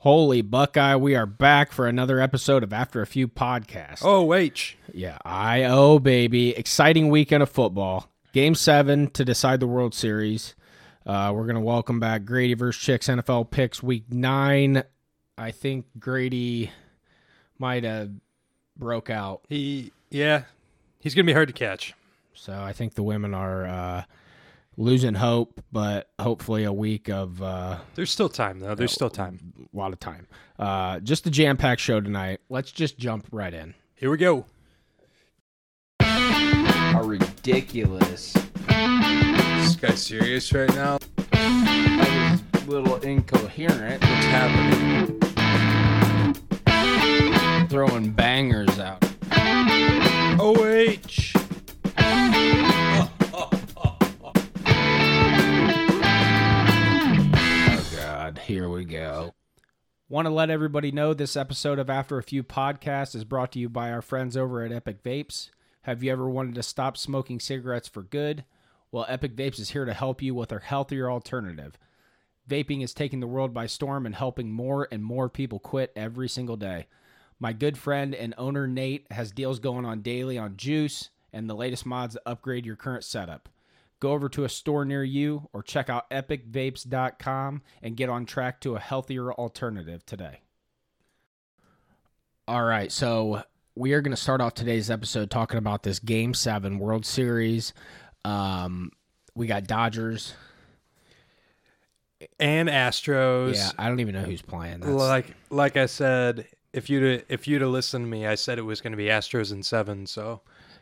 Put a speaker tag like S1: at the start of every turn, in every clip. S1: Holy Buckeye, we are back for another episode of After a Few Podcasts.
S2: Oh, H.
S1: Yeah, I O baby. Exciting weekend of football. Game seven to decide the World Series. Uh, we're gonna welcome back Grady versus Chicks NFL picks week nine. I think Grady might have broke out,
S2: He, yeah, he's going to be hard to catch.
S1: so I think the women are uh, losing hope. But hopefully, a week of uh,
S2: There's still time, though. There's still time.
S1: a lot of time. Uh, just a jam packed show tonight. Let's just jump right in.
S2: Here we go.
S3: are ridiculous.
S4: This guy's serious right now.
S3: That was a little incoherent.
S4: What's happening?
S3: Throwing bangers out.
S2: Oh, H.
S1: Oh God, here we go. Want to let everybody know this episode of After a Few Podcasts is brought to you by our friends over at Epic Vapes. Have you ever wanted to stop smoking cigarettes for good? Well, Epic Vapes is here to help you with our healthier alternative. Vaping is taking the world by storm and helping more and more people quit every single day. My good friend and owner Nate has deals going on daily on juice and the latest mods to upgrade your current setup. Go over to a store near you or check out epicvapes.com and get on track to a healthier alternative today. All right, so we are going to start off today's episode talking about this Game 7 World Series. Um, we got Dodgers.
S2: And Astros.
S1: Yeah, I don't even know who's playing. That's,
S2: like, like I said, if you'd if you'd have listened to me, I said it was going to be Astros in seven. So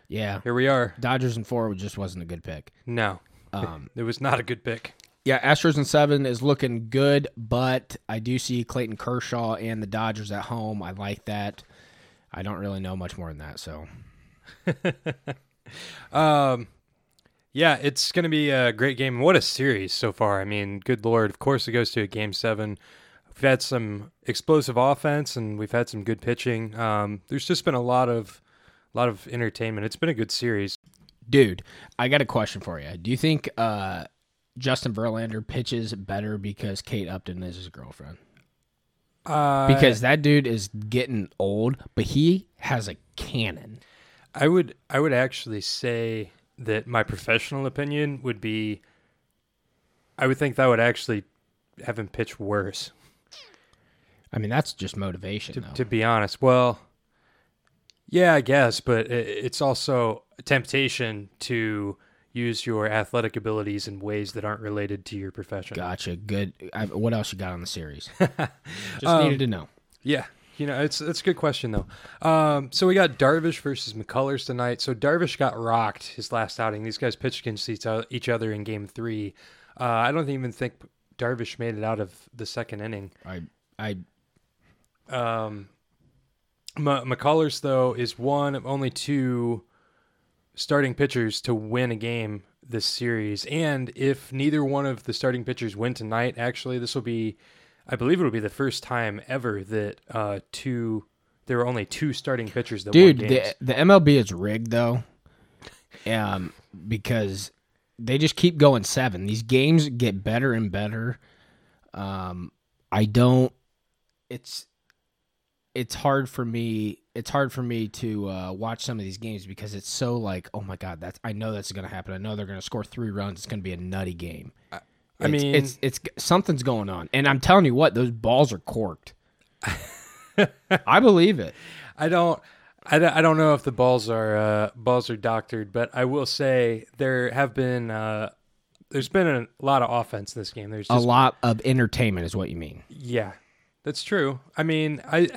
S1: yeah,
S2: here we are.
S1: Dodgers and four just wasn't a good pick.
S2: No,
S1: Um,
S2: it was not a good pick.
S1: Yeah, Astros and seven is looking good, but I do see Clayton Kershaw and the Dodgers at home. I like that. I don't really know much more than that. So
S2: Um, yeah, it's going to be a great game. What a series so far. I mean, good lord. Of course, it goes to a game seven. We've had some explosive offense, and we've had some good pitching. Um, there's just been a lot of, a lot of entertainment. It's been a good series.
S1: Dude, I got a question for you. Do you think uh, Justin Verlander pitches better because Kate Upton is his girlfriend?
S2: Uh,
S1: Because that dude is getting old, but he has a cannon.
S2: I would, I would actually say that my professional opinion would be, I would think that would actually have him pitch worse.
S1: I mean, that's just motivation,
S2: to,
S1: though.
S2: to be honest. Well, yeah, I guess, but i it's also a temptation to use your athletic abilities in ways that aren't related to your profession.
S1: gotcha. Good. I, what else you got on the series? just
S2: Um,
S1: needed to know.
S2: Yeah, you know, it's it's a good question though. Um, so we got Darvish versus McCullers tonight. So Darvish got rocked his last outing. These guys pitched against each o- each other in Game Three. Uh, I don't even think Darvish made it out of the second inning.
S1: I, I
S2: Um, M- McCullers though is one of only two starting pitchers to win a game this series, and if neither one of the starting pitchers win tonight, actually, this will be, I believe, it'll be the first time ever that uh, two there were only two starting pitchers that
S1: dude
S2: won
S1: the,
S2: games.
S1: the mlb is rigged though um because they just keep going seven these games get better and better um i don't it's it's hard for me it's hard for me to uh, watch some of these games because it's so like oh my god that's i know that's gonna happen i know they're gonna score three runs it's gonna be a nutty game
S2: I
S1: It's-
S2: mean,
S1: it's it's something's going on and i'm telling you what those balls are corked i believe it
S2: I don't. I don't, I don't know if the balls are uh, balls are doctored, but I will say there have been uh, there's been a lot of offense in this game. There's
S1: a
S2: just
S1: lot of entertainment is what you mean
S2: Yeah, that's true. I mean, I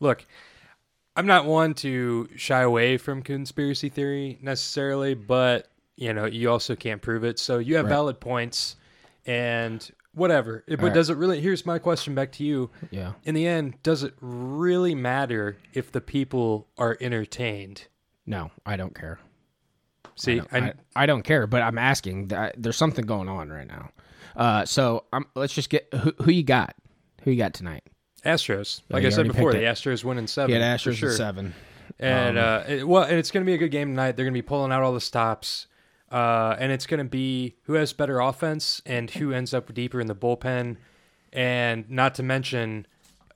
S2: look, I'm not one to shy away from conspiracy theory necessarily, but you know, you also can't prove it. So you have valid points and whatever. It, but does it really? Here's my question back to you.
S1: Yeah.
S2: In the end, does it really matter if the people are entertained?
S1: No, I don't care.
S2: See,
S1: I,
S2: I,
S1: I don't care, but I'm asking. That, there's something going on right now. Uh, so i let's just get who, who you got. Who you got tonight?
S2: Astros. Like
S1: you
S2: I said
S1: already
S2: before, the
S1: picked
S2: Astros win in seven.
S1: Get
S2: for
S1: Astros
S2: sure.
S1: at seven.
S2: And uh, it, well, and it's going to be a good game tonight. They're going to be pulling out all the stops, uh, and it's going to be who has better offense and who ends up deeper in the bullpen, and not to mention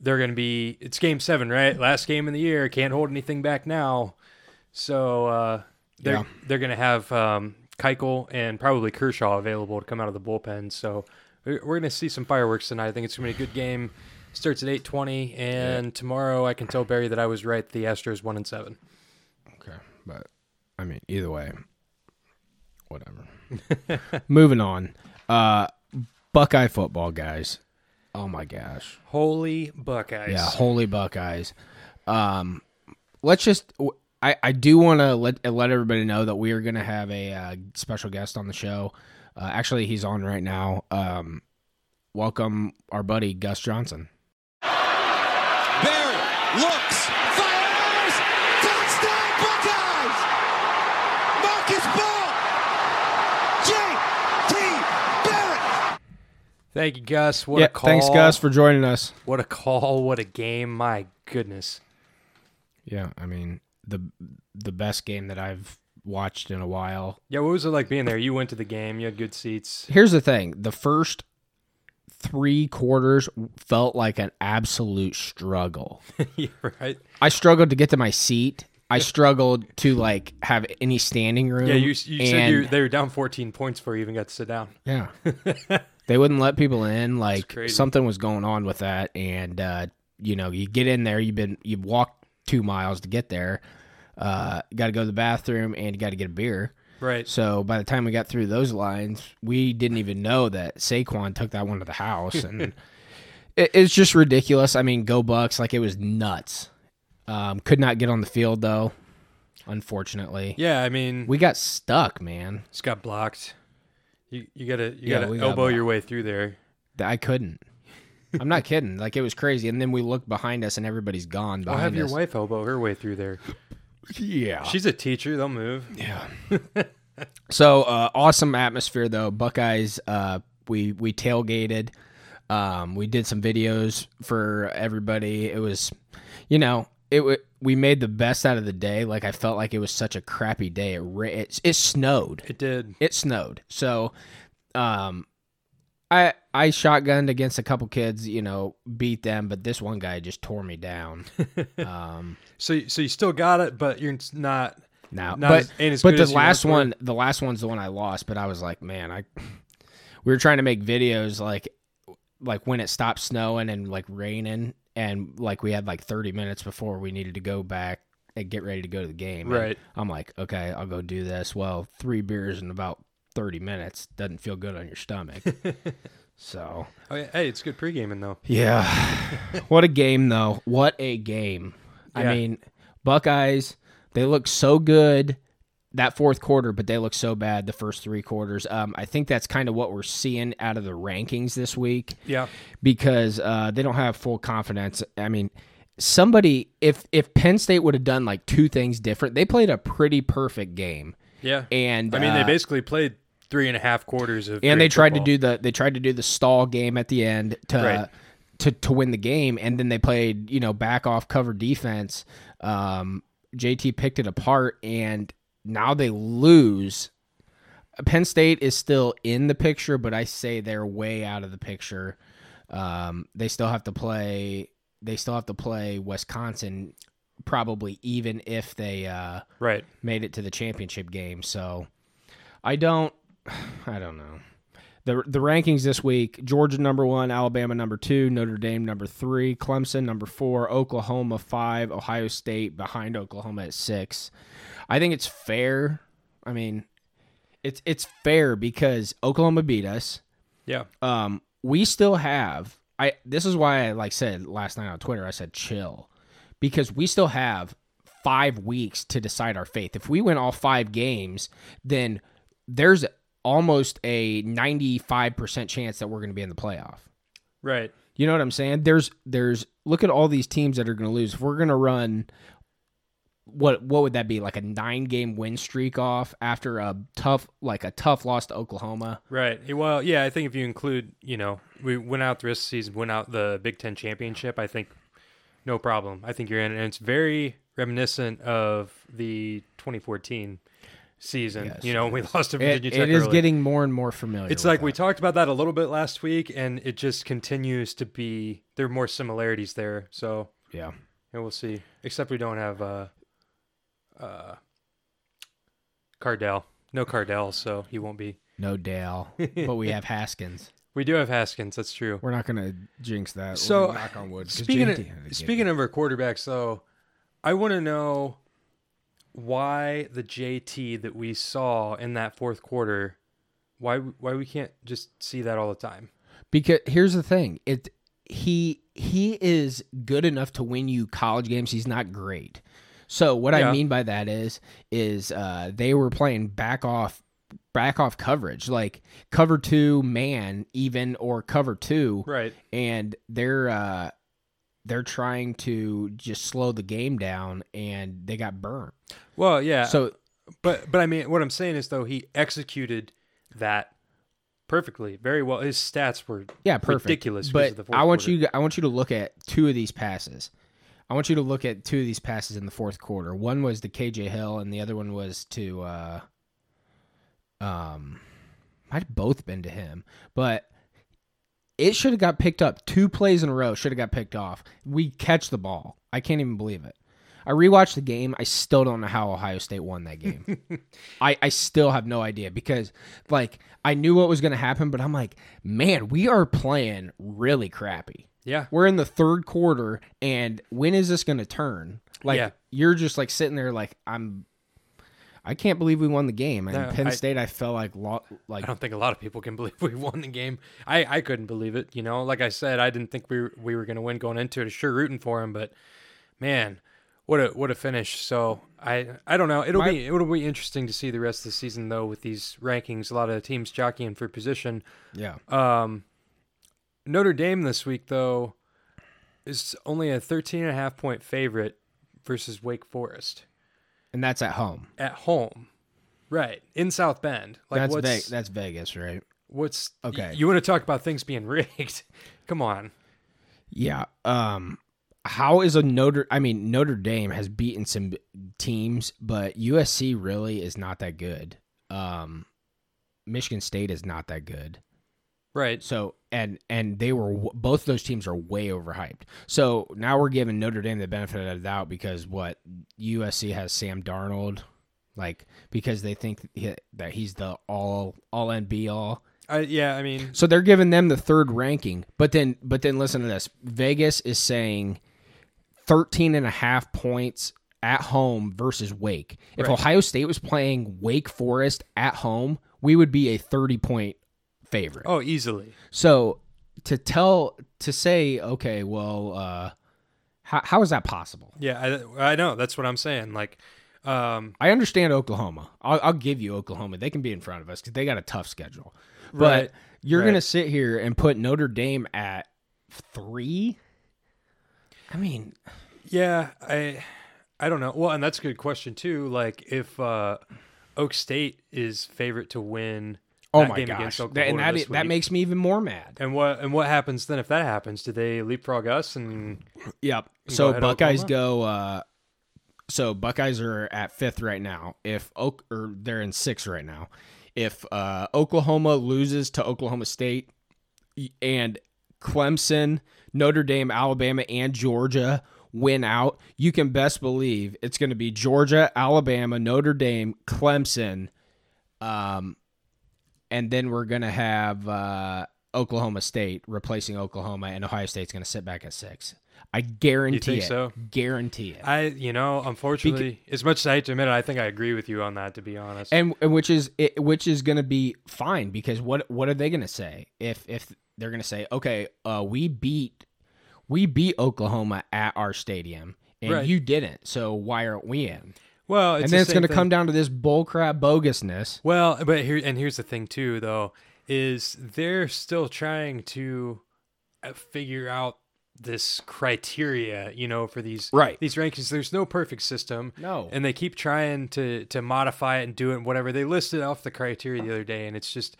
S2: they're going to be it's game seven, right? Last game of the year. Can't hold anything back now. So uh, they're
S1: Yeah.
S2: they're going to have um, Keuchel and probably Kershaw available to come out of the bullpen. So we're we're going to see some fireworks tonight. I think it's going to be a good game. Starts at eight twenty, and tomorrow I can tell Barry that I was right. The Astros one and seven.
S1: Okay, but I mean, either way, whatever. Moving on. Uh, Buckeye football, guys. Oh my gosh.
S2: Holy Buckeyes!
S1: Yeah, holy Buckeyes. Um, let's just. w- I I do want to let let everybody know that we are going to have a uh, special guest on the show. Uh, actually, he's on right now. Um, welcome our buddy Gus Johnson.
S5: Barry looks, fires, touchdown Buckeyes! Marcus Ball, J.T. Barrett.
S2: Thank you, Gus. What
S1: yeah,
S2: a call!
S1: thanks Gus for joining us.
S2: What a call! What a game! My goodness.
S1: Yeah, I mean the the best game that I've watched in a while.
S2: Yeah, what was it like being there? You went to the game. You had good seats.
S1: Here's the thing: the first three quarters felt like an absolute struggle.
S2: yeah, right.
S1: I struggled to get to my seat. I struggled to like have any standing room.
S2: Yeah, you, you
S1: Um,
S2: said
S1: and-
S2: you, they were down 14 points before you even got to sit down.
S1: yeah. they wouldn't let people in. Like
S2: crazy.
S1: something was going on with that, and uh, you know, you get in there, you've been you've walked two miles to get there. Uh, got to go to the bathroom, and you got to get a beer.
S2: Right.
S1: So by the time we got through those lines, we didn't even know that Saquon took that one to the house, and it, it's just ridiculous. I mean, go Bucks! Like it was nuts. Um, could not get on the field though, unfortunately.
S2: Yeah, I mean, we
S1: We got stuck, man.
S2: just got blocked. You you gotta you
S1: Yeah,
S2: gotta
S1: we got
S2: elbow your way through there.
S1: Th- I couldn't. I'm not kidding. Like it was crazy. And then we looked behind us, and everybody's gone.
S2: I'll
S1: Behind
S2: have your
S1: us.
S2: wife elbow her way through there.
S1: Yeah.
S2: She's a teacher. They'll move.
S1: So uh, awesome atmosphere though. Buckeyes, uh, we we tailgated. Um, we did some videos for everybody. It was, you know, it wa we made the best out of the day. Like I felt like it was such a crappy day. It ra- it, it snowed.
S2: It did.
S1: It snowed. So, um, I I shotgunned against a couple kids. You know, beat them, but this one guy just tore me down. um,
S2: So so you still got it, but you're not.
S1: now,
S2: Not
S1: but
S2: as- ain't as
S1: but
S2: good
S1: the
S2: as you
S1: last
S2: were.
S1: one, the last one's the one I lost. But I was like, man, I we were trying to make videos like like when it stopped snowing and like raining, and like we had like thirty minutes before we needed to go back and get ready to go to the game. And
S2: Right.
S1: I'm like, okay, I'll go do this. Well, three beers in about thirty minutes doesn't feel good on your stomach. so
S2: Oh, yeah, hey, it's good pregaming though.
S1: yeah. what a game, though. What a game.
S2: Yeah.
S1: I mean, Buckeyes, they look so good that fourth quarter, but they look so bad the first three quarters. Um, I think that's kind of what we're seeing out of the rankings this week
S2: Yeah.
S1: because uh, they don't have full confidence. I mean, somebody, if, if Penn State would have done like two things different, they played a pretty perfect game.
S2: Yeah.
S1: And
S2: I mean, they
S1: uh,
S2: basically played three and a half quarters of.
S1: and they
S2: great
S1: tried
S2: football.
S1: to do the they tried to do the stall game at the end to
S2: Right.
S1: to to win the game, and then they played you know back off cover defense. Um, JT picked it apart, and now they lose. Penn State is still in the picture, but I say they're way out of the picture. Um, they still have to play. They still have to play Wisconsin, probably even if they. Uh,
S2: right.
S1: made it to the championship game. So I don't I don't know. The the rankings this week, Georgia number 1, Alabama number 2, Notre Dame number 3, Clemson number 4, Oklahoma 5, Ohio State behind Oklahoma at 6. I think it's fair. I mean, it's it's fair because Oklahoma beat us
S2: Yeah.
S1: um, we still have I this is why I like said last night on Twitter I said chill because we still have 5 weeks to decide our faith. If we win all 5 games, then there's almost a 95% chance that we're going to be in the playoff.
S2: Right.
S1: You know what I'm saying? There's there's look at all these teams that are going to lose. If we're going to run what what would that be? Like a 9 game win streak off after a tough like a tough loss to Oklahoma.
S2: Right. Yeah, Well, yeah, I think if you include, you know, we went out the rest of the season, went out the Big Ten championship, I think no problem. I think you're in. And it's very reminiscent of the 2014 season.
S1: Yes.
S2: You know, we lost to
S1: It,
S2: Virginia Tech.
S1: it is
S2: early.
S1: getting more and more familiar.
S2: It's
S1: with
S2: like we
S1: that.
S2: talked about that a little bit last week, and it just continues to be there are more similarities there. So
S1: yeah.
S2: yeah, we'll see. Except we don't have uh, uh, Cardell. No Cardell, so he won't be.
S1: No Dale, but we have Haskins.
S2: We do have Haskins. That's true.
S1: We're not gonna jinx that. We're
S2: So,
S1: gonna knock on wood. 'cause
S2: Speaking
S1: JT had a
S2: of,
S1: good
S2: speaking of our quarterbacks, though, I want to know why the JT that we saw in that fourth quarter, why why we can't just see that all the time.
S1: Because here's the thing, it he he is good enough to win you college games. He's not great. So what I
S2: Yeah.
S1: mean by that is is uh, they were playing back off back off coverage, like cover two man even or cover two,
S2: Right.
S1: and they're uh, they're trying to just slow the game down, and they got burnt.
S2: Well, yeah.
S1: So
S2: But but I mean, what I'm saying is though he executed that perfectly, very well. His stats were
S1: Yeah, perfect.
S2: ridiculous. because
S1: But
S2: of the fourth
S1: I want
S2: quarter.
S1: you. I want you to look at two of these passes. I want you to look at two of these passes in the fourth quarter. One was to KJ Hill, and the other one was to, uh, um, might have both been to him, but it should have got picked up. Two plays in a row should have got picked off. We catch the ball. I can't even believe it. I rewatched the game. I still don't know how Ohio State won that game. I, I still have no idea because like I knew what was gonna happen, but I'm like, man, we are playing really crappy.
S2: Yeah.
S1: We're in the third quarter and when is this gonna turn? Like
S2: Yeah.
S1: you're just like sitting there like I'm I can't believe we won the game. And
S2: No,
S1: Penn
S2: I-
S1: State I felt like lo- like
S2: I don't think a lot of people can believe we won the game. I, I couldn't believe it. You know, like I said, I didn't think we were, we were going to win going into it. Sure, rooting for him, but man, what a what a finish. So I I don't know. It'll
S1: My-
S2: be it'll be interesting to see the rest of the season though with these rankings. A lot of teams jockeying for position.
S1: Yeah.
S2: Um, Notre Dame this week though is only a 13 and a half point favorite versus Wake Forest
S1: and that's at home.
S2: at home. Right in South Bend, like
S1: That's
S2: what's
S1: Ve- that's Vegas, right?
S2: What's y-
S1: Okay.
S2: You want to talk about things being rigged? Come on.
S1: Yeah. Um how is a Notre I mean Notre Dame has beaten some teams, but USC really is not that good. Um Michigan State is not that good.
S2: Right.
S1: So and and they were w- both those teams are way overhyped. So now we're giving Notre Dame the benefit of the doubt because what USC has Sam Darnold like because they think he- that he's the all all and be all.
S2: I, yeah. I mean,
S1: So they're giving them the third ranking. But then but then listen to this. Vegas is saying 13 and a half points at home versus Wake. If
S2: Right.
S1: Ohio State was playing Wake Forest at home, we would be a 30 point favorite.
S2: oh, easily.
S1: So to tell to say okay, well uh how, how is that possible?
S2: Yeah. I, I know. That's what I'm saying. Like, um,
S1: I understand Oklahoma. I'll, I'll give you Oklahoma. They can be in front of us because they got a tough schedule. But
S2: Right.
S1: you're
S2: Right.
S1: going to sit here and put Notre Dame at three? I mean,
S2: yeah. I, I don't know. Well, and that's a good question too. Like, if uh, Oak State is favorite to win,
S1: oh
S2: that
S1: my
S2: game
S1: gosh.
S2: against
S1: That,
S2: Oklahoma
S1: and that,
S2: this
S1: that
S2: week.
S1: makes me even more mad.
S2: and what and what happens then if that happens? Do they leapfrog us? And
S1: Yep. So
S2: ahead,
S1: Buckeyes
S2: Oklahoma.
S1: go. Uh, so Buckeyes are at fifth right now. If Oak or they're in sixth right now. If uh, Oklahoma loses to Oklahoma State y- and Clemson, Notre Dame, Alabama, and Georgia win out, you can best believe it's going to be Georgia, Alabama, Notre Dame, Clemson, um, and then we're going to have uh, Oklahoma State replacing Oklahoma, and Ohio State's going to sit back at six. I guarantee
S2: think
S1: it.
S2: so?
S1: Guarantee it.
S2: I, you know, unfortunately, as much as I hate to admit it, I think I agree with you on that. To be honest.
S1: and, and which is it, which is going to be fine because what what are they going to say if if they're going to say okay uh, we beat we beat Oklahoma at our stadium and
S2: Right.
S1: you didn't so why aren't we in
S2: well, it's
S1: and
S2: the
S1: then it's
S2: same
S1: going to
S2: thing.
S1: come down to this bullcrap bogusness
S2: Well, but here and here's the thing too, though, is they're still trying to uh, figure out this criteria, you know, for these
S1: Right.
S2: these rankings. There's no perfect system.
S1: No.
S2: and they keep trying to to modify it and do it and whatever. They listed off the criteria the other day, and it's just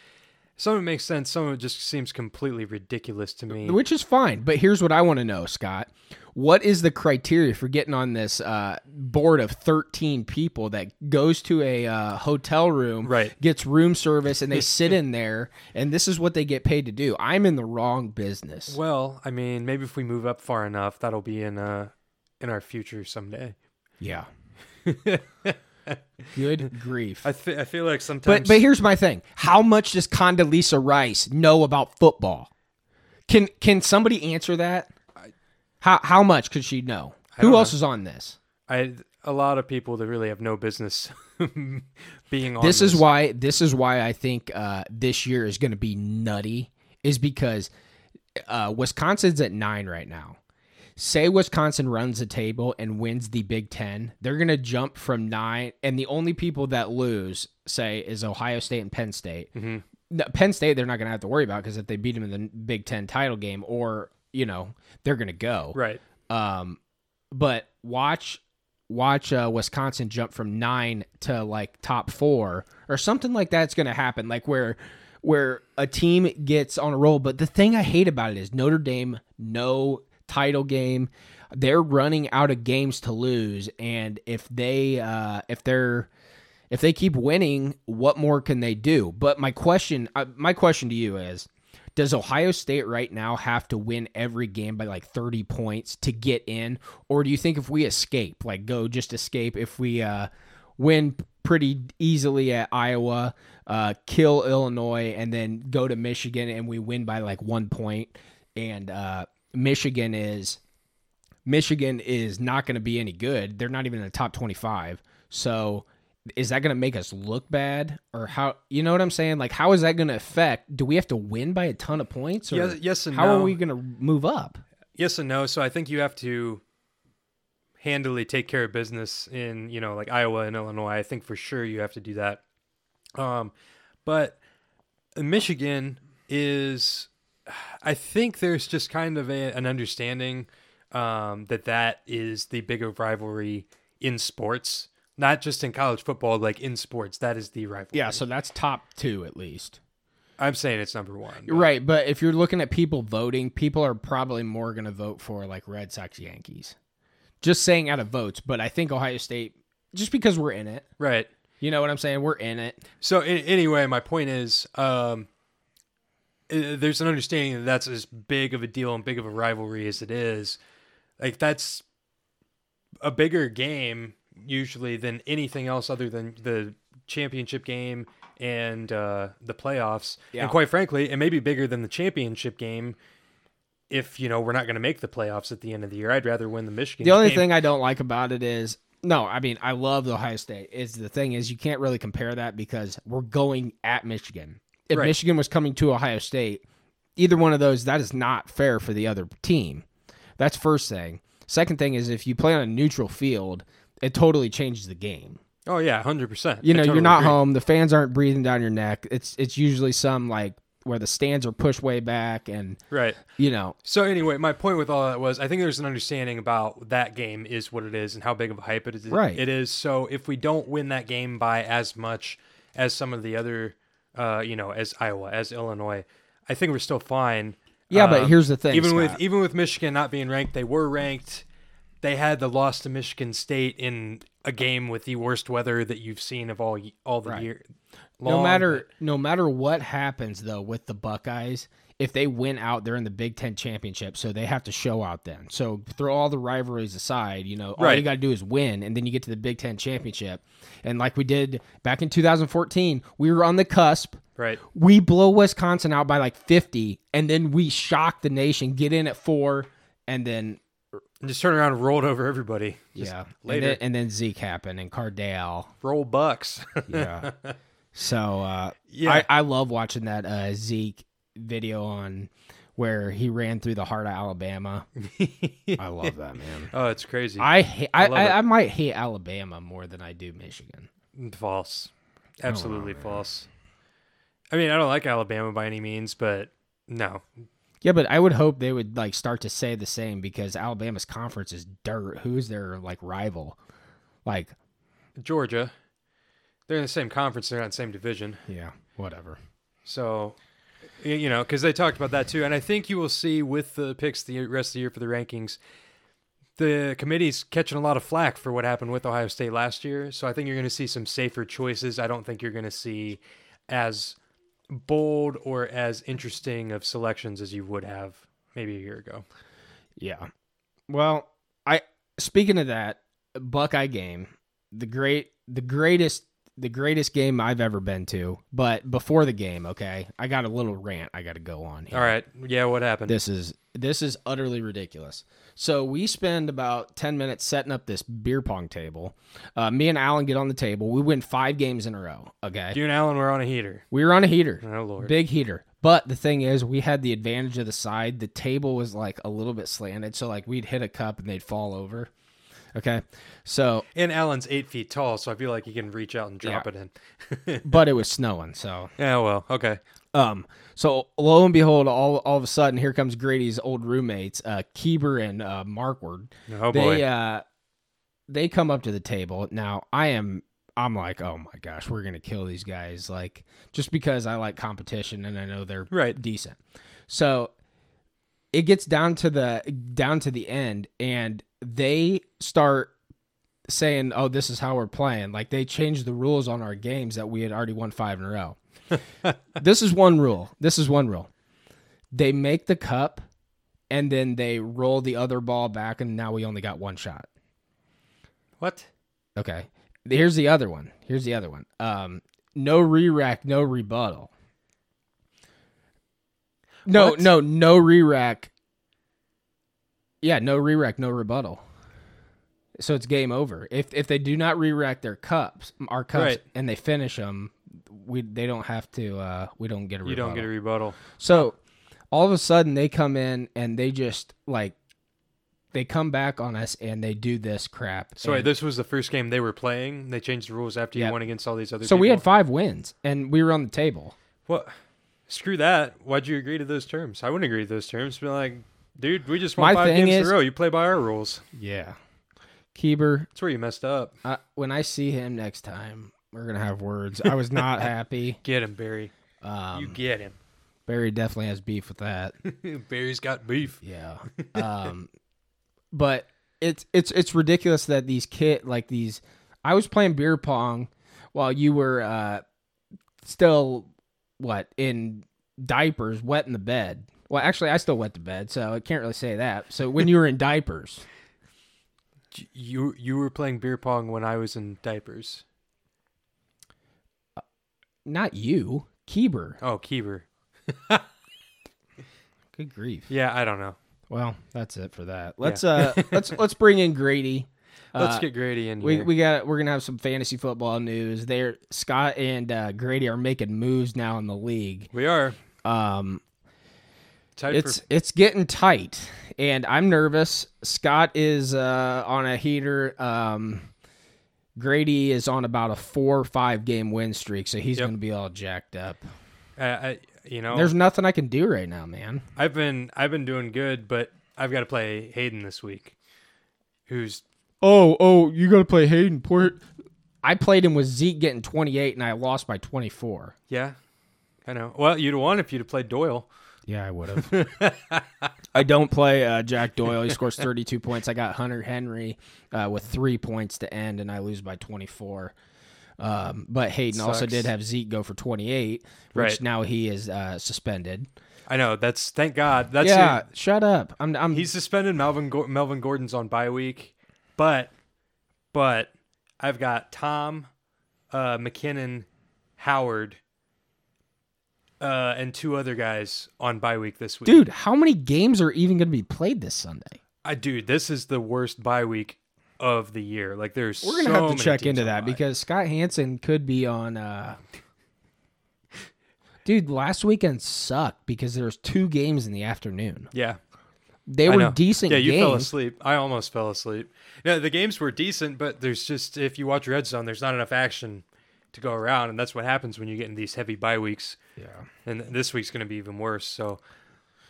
S2: some of it makes sense, some of it just seems completely ridiculous to me.
S1: which is fine but here's what I want to know Scott What is the criteria for getting on this uh, board of 13 people that goes to a uh, hotel room,
S2: Right.
S1: gets room service, and they sit in there, and this is what they get paid to do? I'm in the wrong business.
S2: Well, I mean, maybe if we move up far enough, that'll be in uh in our future someday.
S1: Yeah. Good grief.
S2: I fe- I feel like sometimes
S1: But but here's my thing. How much does Condoleezza Rice know about football? Can can somebody answer that? How how much could she know? Who else is on this?
S2: I a lot of people that really have no business being on
S1: This is why this is why I think uh, this year is going to be nutty is because uh, Wisconsin's at 9 right now. Say Wisconsin runs the table and wins the Big 10, they're going to jump from 9 and the only people that lose say is Ohio State and Penn State. No, Penn State, they're not going to have to worry about because if they beat them in the Big Ten title game, or you know, they're going to go.
S2: right.
S1: Um, but watch, watch uh, Wisconsin jump from nine to like top four or something like that's going to happen. Like where, where a team gets on a roll. But the thing I hate about it is Notre Dame no title game. They're running out of games to lose, and if they uh, if they're if they keep winning, what more can they do? But my question, uh, my question to you is, does Ohio State right now have to win every game by like 30 points to get in, or do you think if we escape, like go just escape, if we uh, win pretty easily at Iowa, uh, kill Illinois, and then go to Michigan and we win by like one point, and uh, Michigan is Michigan is not going to be any good. They're not even in the top 25. So is that going to make us look bad or how you know what I'm saying? Like how is that going to affect do we have to win by a ton of points or
S2: Yes- yes and
S1: how
S2: no.
S1: are we going to move up?
S2: Yes and no. So I think you have to handily take care of business in, you know, like Iowa and Illinois. I think for sure you have to do that. Um, but Michigan is, I think there's just kind of a, an understanding um, that that is the bigger rivalry in sports, not just in college football, like in sports. That is the rivalry.
S1: Yeah, so that's top 2 at least.
S2: I'm saying it's number one. but-
S1: Right, but if you're looking at people voting, people are probably more going to vote for like Red Sox Yankees. Just saying out of votes, but I think Ohio State just because we're in it.
S2: Right.
S1: You know what I'm saying? We're in it.
S2: So a- anyway, my point is, um, i- there's an understanding that that's as big of a deal and big of a rivalry as it is. Like that's a bigger game usually than anything else other than the championship game and uh, the playoffs.
S1: Yeah.
S2: And quite frankly, it may be bigger than the championship game. If you know we're not going to make the playoffs at the end of the year, I'd rather win the Michigan.
S1: The only
S2: game.
S1: thing I don't like about it is no, I mean I love Ohio State. Is the thing is you can't really compare that because we're going at Michigan. If
S2: Right.
S1: Michigan was coming to Ohio State, either one of those that is not fair for the other team. That's first thing. Second thing is if you play on a neutral field, it totally changes the game.
S2: oh yeah, hundred percent.
S1: You know, you're not home. The fans aren't breathing down your neck. It's it's usually some like where the stands are pushed way back and
S2: right?
S1: you know
S2: So anyway, my point with all that was I think there's an understanding about that game is what it is and how big of a hype it is.
S1: Right.
S2: It is. So if we don't win that game by as much as some of the other, uh, you know, as Iowa, as Illinois, I think we're still fine. Um,
S1: Yeah, but here's the thing,
S2: Even with
S1: Scott.
S2: even with Michigan not being ranked, they were ranked. They had the loss to Michigan State in a game with the worst weather that you've seen of all y- all the year.
S1: no
S2: long.
S1: matter no matter what happens though with the Buckeyes, if they win out, they're in the Big Ten championship, so they have to show out then. So throw all the rivalries aside, you know, all you
S2: Right.
S1: got to do is win, and then you get to the Big Ten championship. And like we did back in 2014, we were on the cusp.
S2: right.
S1: We blow Wisconsin out by like 50, and then we shock the nation, get in at four, and then
S2: And just turn around and rolled over everybody. Just
S1: yeah,
S2: later.
S1: and then, and then Zeke happened and Cardale.
S2: roll bucks.
S1: Yeah. so uh,
S2: Yeah.
S1: I, I love watching that uh, Zeke video on where he ran through the heart of Alabama. I love that man.
S2: oh, it's crazy.
S1: I ha- I,
S2: love
S1: I,
S2: it.
S1: I might hate Alabama more than I do Michigan.
S2: False. Absolutely false. I mean, I don't like Alabama by any means, but no.
S1: Yeah, but I would hope they would like start to say the same because Alabama's conference is dirt. Who's their like rival? Like
S2: Georgia, they're in the same conference, they're not in the same division.
S1: yeah, whatever.
S2: So, y- you know, because they talked about that too. And I think you will see with the picks the rest of the year for the rankings, the committee's catching a lot of flack for what happened with Ohio State last year. So I think you're going to see some safer choices. I don't think you're going to see as bold or as interesting of selections as you would have maybe a year ago.
S1: Yeah. Well, I speaking of that Buckeye game, the great, the greatest, the greatest game I've ever been to. But before the game, okay, I got a little rant I got to go on here.
S2: All right. Yeah, what happened?
S1: This is this is utterly ridiculous. So we spend about ten minutes setting up this beer pong table. Uh, me and Alan get on the table. We win five games in a row. Okay,
S2: you and Allen were on a heater.
S1: we were on a heater.
S2: Oh, Lord.
S1: Big heater. But the thing is, we had the advantage of the side. The table was like a little bit slanted, so like we'd hit a cup and they'd fall over. Okay, so
S2: And Allen's eight feet tall, so I feel like he can reach out and drop
S1: Yeah.
S2: it in.
S1: but it was snowing, so
S2: Yeah, well, okay.
S1: um, so lo and behold, all all of a sudden, here comes Grady's old roommates, uh, Kieber and uh, Markward.
S2: Oh, boy.
S1: they uh, they come up to the table. Now I am I'm like, oh my gosh, we're gonna kill these guys. Like just because I like competition and I know they're
S2: Right.
S1: decent. So it gets down to the down to the end, and they start saying, "Oh, this is how we're playing." Like they changed the rules on our games that we had already won five in a row. this is one rule. This is one rule. They make the cup and then they roll the other ball back and now we only got one shot.
S2: What?
S1: Okay. Here's the other one. Here's the other one. Um no re-rack, no rebuttal. No,
S2: What?
S1: no, no re-rack. Yeah, no re-rack, no rebuttal. So it's game over. If if they do not re-rack their cups, our cups
S2: Right.
S1: and they finish them, we they don't have to uh we don't get a
S2: You
S1: rebuttal.
S2: don't get a rebuttal.
S1: So all of a sudden they come in and they just like they come back on us and they do this crap.
S2: So wait,
S1: And-
S2: this was the first game they were playing. They changed the rules after
S1: Yeah.
S2: you won against all these other
S1: so we had
S2: people?
S1: five wins and we were on the table.
S2: What? Screw that. Why'd you agree to those terms? I wouldn't agree to those terms. Be like, dude, we just
S1: My
S2: won five
S1: thing
S2: games in
S1: is-
S2: a row. You play by our rules.
S1: Yeah. Kieber,
S2: That's where you messed up.
S1: I, when I see him next time, we're gonna have words. I was not happy.
S2: Get him, Barry.
S1: Um,
S2: you get him.
S1: Barry definitely has beef with that.
S2: Barry's got beef.
S1: Yeah. Um, but it's it's it's ridiculous that these kid like these. I was playing beer pong while you were uh, still what in diapers, wet in the bed. Well, actually, I still wet the bed, so I can't really say that. So when you were in diapers,
S2: J- You you were playing beer pong when I was in diapers.
S1: not you, Kieber.
S2: Oh, Kieber.
S1: Oh, Good grief.
S2: Yeah, I don't know.
S1: Well, that's it for that. Let's uh let's let's bring in Grady.
S2: Let's
S1: Uh,
S2: get Grady in
S1: We
S2: here.
S1: we got we're gonna have some fantasy football news. There, Scott and uh, Grady are making moves now in the league.
S2: we are.
S1: Um,
S2: Tied
S1: it's
S2: for,
S1: it's getting tight, and I'm nervous. Scott is uh, on a heater. Um, Grady is on about a four or five game win streak, so he's
S2: Yep. Oh.
S1: gonna be all jacked up.
S2: I, I, you know,
S1: There's nothing I can do right now, man.
S2: I've been I've been doing good, but I've got to play Hayden this week, who's
S1: Oh, oh, you gotta play Hayden Port. I played him with Zeke getting 28, and I lost by 24.
S2: Yeah, I know. Well, you'd have won if you'd have played Doyle.
S1: Yeah, I would have. I don't play uh, Jack Doyle. He scores 32 points. I got Hunter Henry uh, with three points to end, and I lose by 24. Um, but Hayden also
S2: Sucks.
S1: did have Zeke go for 28, which
S2: Right.
S1: now he is uh, suspended.
S2: I know. That's thank God. That's
S1: yeah,
S2: it.
S1: shut up. I'm. I'm
S2: He's suspended. Melvin Gor Melvin Gordon's on bye week, but but I've got Tom, uh, McKinnon, Howard, uh, and two other guys on bye week this week.
S1: dude. How many games are even going to be played this Sunday?
S2: I dude, this is the worst bye week of the year. Like there's
S1: We're gonna
S2: so
S1: have
S2: many
S1: to check
S2: teams
S1: into
S2: on
S1: that
S2: bye.
S1: because Scott Hansen could be on. Uh... Dude, last weekend sucked because there was two games in the afternoon.
S2: yeah,
S1: They
S2: I
S1: were
S2: know.
S1: decent
S2: Yeah, you
S1: games.
S2: fell asleep. I almost fell asleep. No, the games were decent, but there's just if you watch Red Zone, there's not enough action to go around, and that's what happens when you get in these heavy bye weeks. Yeah, and this week's going to be even worse. So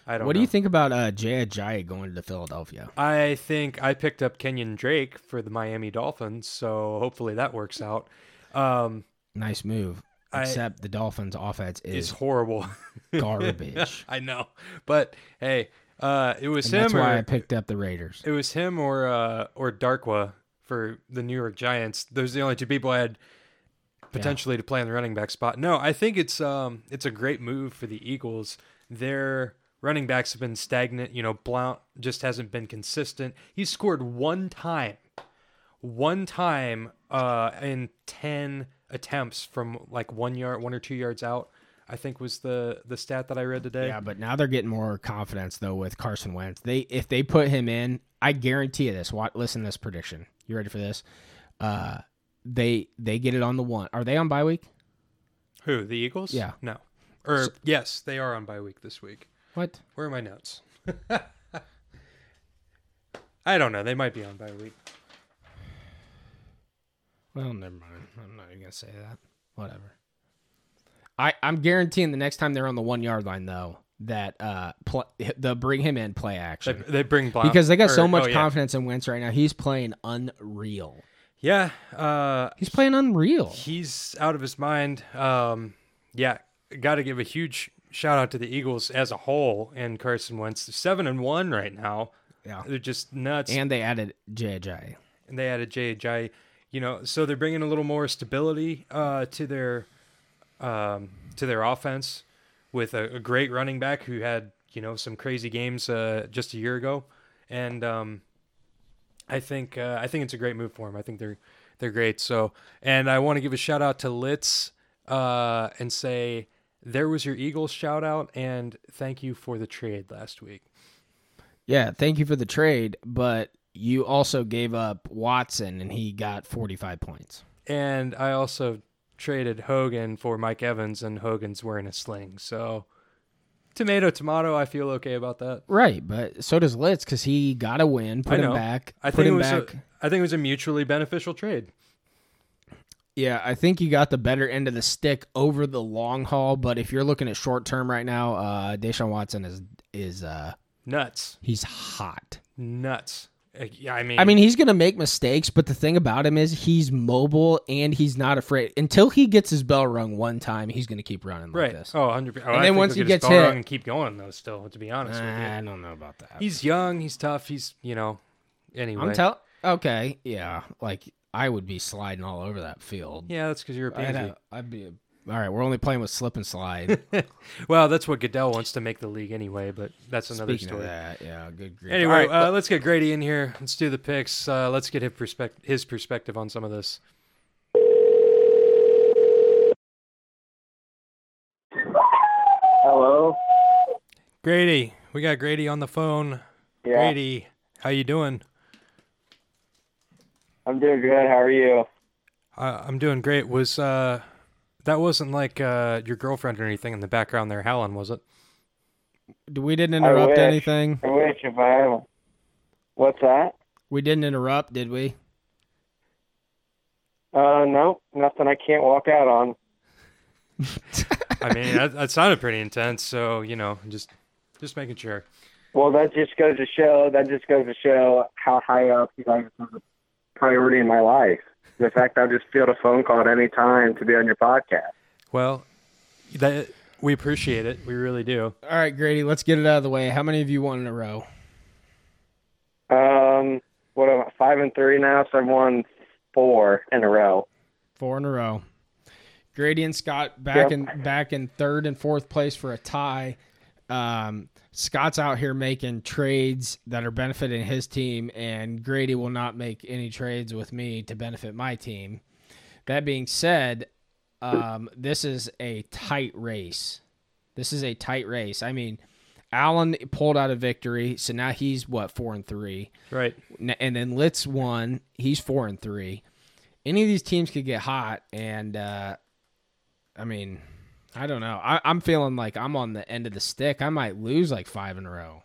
S2: I don't.
S1: What do
S2: know.
S1: you think about uh, Jay Ajayi going to Philadelphia?
S2: I think I picked up Kenyon Drake for the Miami Dolphins, so hopefully that works out. Um,
S1: Nice move.
S2: I-
S1: Except the Dolphins' offense
S2: it's
S1: is
S2: horrible.
S1: garbage.
S2: I know, but hey, Uh, it was
S1: And
S2: him.
S1: that's why
S2: or-
S1: I picked up the Raiders.
S2: It was him or uh, or Darkwa for the New York Giants. Those are the only two people I had potentially to play in the running back spot. No, I think it's um it's a great move for the Eagles. Their running backs have been stagnant. You know, Blount just hasn't been consistent. He scored one time, one time uh, in ten attempts from like one yard, one or two yards out. I think was the the stat that I read today.
S1: Yeah, but now they're getting more confidence though with Carson Wentz. They if they put him in, I guarantee you this. What listen to this prediction. You ready for this? Uh they they get it on the one. Are they on bye week?
S2: Who the Eagles?
S1: Yeah.
S2: No. Or yes, they are on bye week this week.
S1: What?
S2: Where are my notes? I don't know. They might be on bye week.
S1: Well, never mind. I'm not even gonna say that. Whatever. I I'm guaranteeing the next time they're on the one yard line though that uh pl- they'll bring him in play
S2: They,
S1: action
S2: they bring Blount
S1: because they got so
S2: or-
S1: much
S2: oh, yeah.
S1: confidence in Wentz right now. He's playing unreal.
S2: Yeah, uh,
S1: He's playing unreal.
S2: he's out of his mind. Um, yeah, got to give a huge shout out to the Eagles as a whole and Carson Wentz. They're seven and one right now.
S1: Yeah.
S2: they're just nuts.
S1: And they added JJ.
S2: and they added JJ. You know, so they're bringing a little more stability uh, to their um, to their offense with a, a great running back who had you know some crazy games uh, just a year ago, and um, I think uh, I think it's a great move for him. I think they're they're great. So, and I want to give a shout out to Litz uh, and say there was your Eagles shout out and thank you for the trade last week.
S1: Yeah, thank you for the trade, but you also gave up Watson and he got 45 points.
S2: and I also traded Hogan for Mike Evans, and Hogan's wearing a sling. So, tomato, tomato. I feel okay about that.
S1: Right, but so does Litz because he got a win, put
S2: I know.
S1: him back.
S2: I
S1: put
S2: think it
S1: him
S2: was.
S1: back.
S2: A, I think it was a mutually beneficial trade.
S1: Yeah, I think you got the better end of the stick over the long haul, but if you're looking at short term right now, uh, Deshaun Watson is, is uh,
S2: Nuts,
S1: he's hot.
S2: nuts. Uh, yeah, I mean,
S1: I mean, he's going to make mistakes, but the thing about him is he's mobile and he's not afraid. Until he gets his bell rung one time, he's going to keep running like
S2: right?
S1: this.
S2: Oh, 100. Oh,
S1: And
S2: I
S1: then
S2: think
S1: once
S2: he'll
S1: he
S2: get his
S1: gets
S2: ball
S1: hit-
S2: wrong and keep going though. Still, to be honest with
S1: I
S2: you,
S1: don't know about that.
S2: he's young, he's tough, he's you know. Anyway,
S1: I'm tell okay, yeah. Like I would be sliding all over that field.
S2: yeah, that's because you're a
S1: I'd,
S2: pansy.
S1: have- I'd be. A, all right, we're only playing with slip and slide.
S2: Well, that's what Goodell wants to make the league anyway, but that's another
S1: Speaking
S2: story.
S1: of that, yeah, good grief.
S2: Anyway,
S1: All right,
S2: uh, let's get Grady in here. Let's do the picks. Uh, let's get his, perspect- his perspective on some of this.
S6: Hello.
S2: Grady, we got Grady on the phone.
S6: Yeah,
S2: Grady, how you doing?
S6: I'm doing good. How are you?
S2: Uh, I'm doing great. Was uh, that wasn't like uh, your girlfriend or anything in the background there howling, was it?
S1: d- we didn't interrupt
S6: wish.
S1: anything.
S6: I wish if I am. What's that?
S1: We didn't interrupt, did we?
S6: Uh, nope, nothing. I can't walk out on.
S2: I mean, that, that sounded pretty intense. So you know, just just making sure.
S6: Well, that just goes to show. That just goes to show how high up you guys are the priority in my life. The fact I'll just field a phone call at any time to be on your podcast.
S2: Well, that we appreciate it. We really do.
S1: All right, Grady, let's get it out of the way. How many of you won in a row?
S6: Um, what am I? Five and three now, so I've won four in a row.
S1: Four in a row. Grady and Scott
S6: Yep.
S1: back in back in third and fourth place for a tie. Um, Scott's out here making trades that are benefiting his team, and Grady will not make any trades with me to benefit my team. That being said, um, this is a tight race. This is a tight race. I mean, Allen pulled out a victory, so now he's what four and three.
S2: Right.
S1: N- and then Litz won. He's four and three. Any of these teams could get hot, and uh, I mean, I don't know. I, I'm feeling like I'm on the end of the stick. I might lose like five in a row.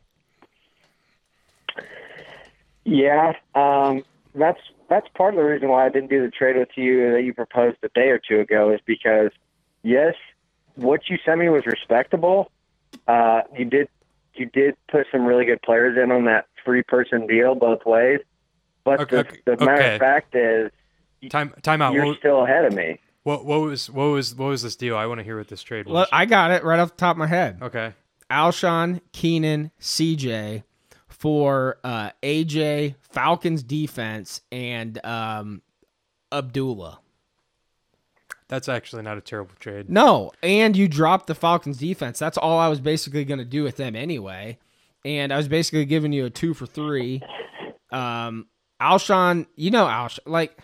S6: Yeah, um, that's that's part of the reason why I didn't do the trade with you that you proposed a day or two ago is because yes, what you sent me was respectable. Uh, you did you did put some really good players in on that three person deal both ways, but
S2: Okay,
S6: the,
S2: okay, Uh,
S6: the matter
S2: okay.
S6: of fact is
S2: Time time out.
S6: you're
S2: What,
S6: still ahead of me.
S2: what what was what was what was this deal? I want to hear what this trade was.
S1: Look, I got it right off the top of my head.
S2: okay.
S1: Alshon, Keenan, CJ for uh, AJ, Falcons defense, and um, Abdullah.
S2: That's actually not a terrible trade.
S1: No, and you dropped the Falcons defense. That's all I was basically going to do with them anyway. And I was basically giving you a two for three. Um, Alshon, you know Alshon, like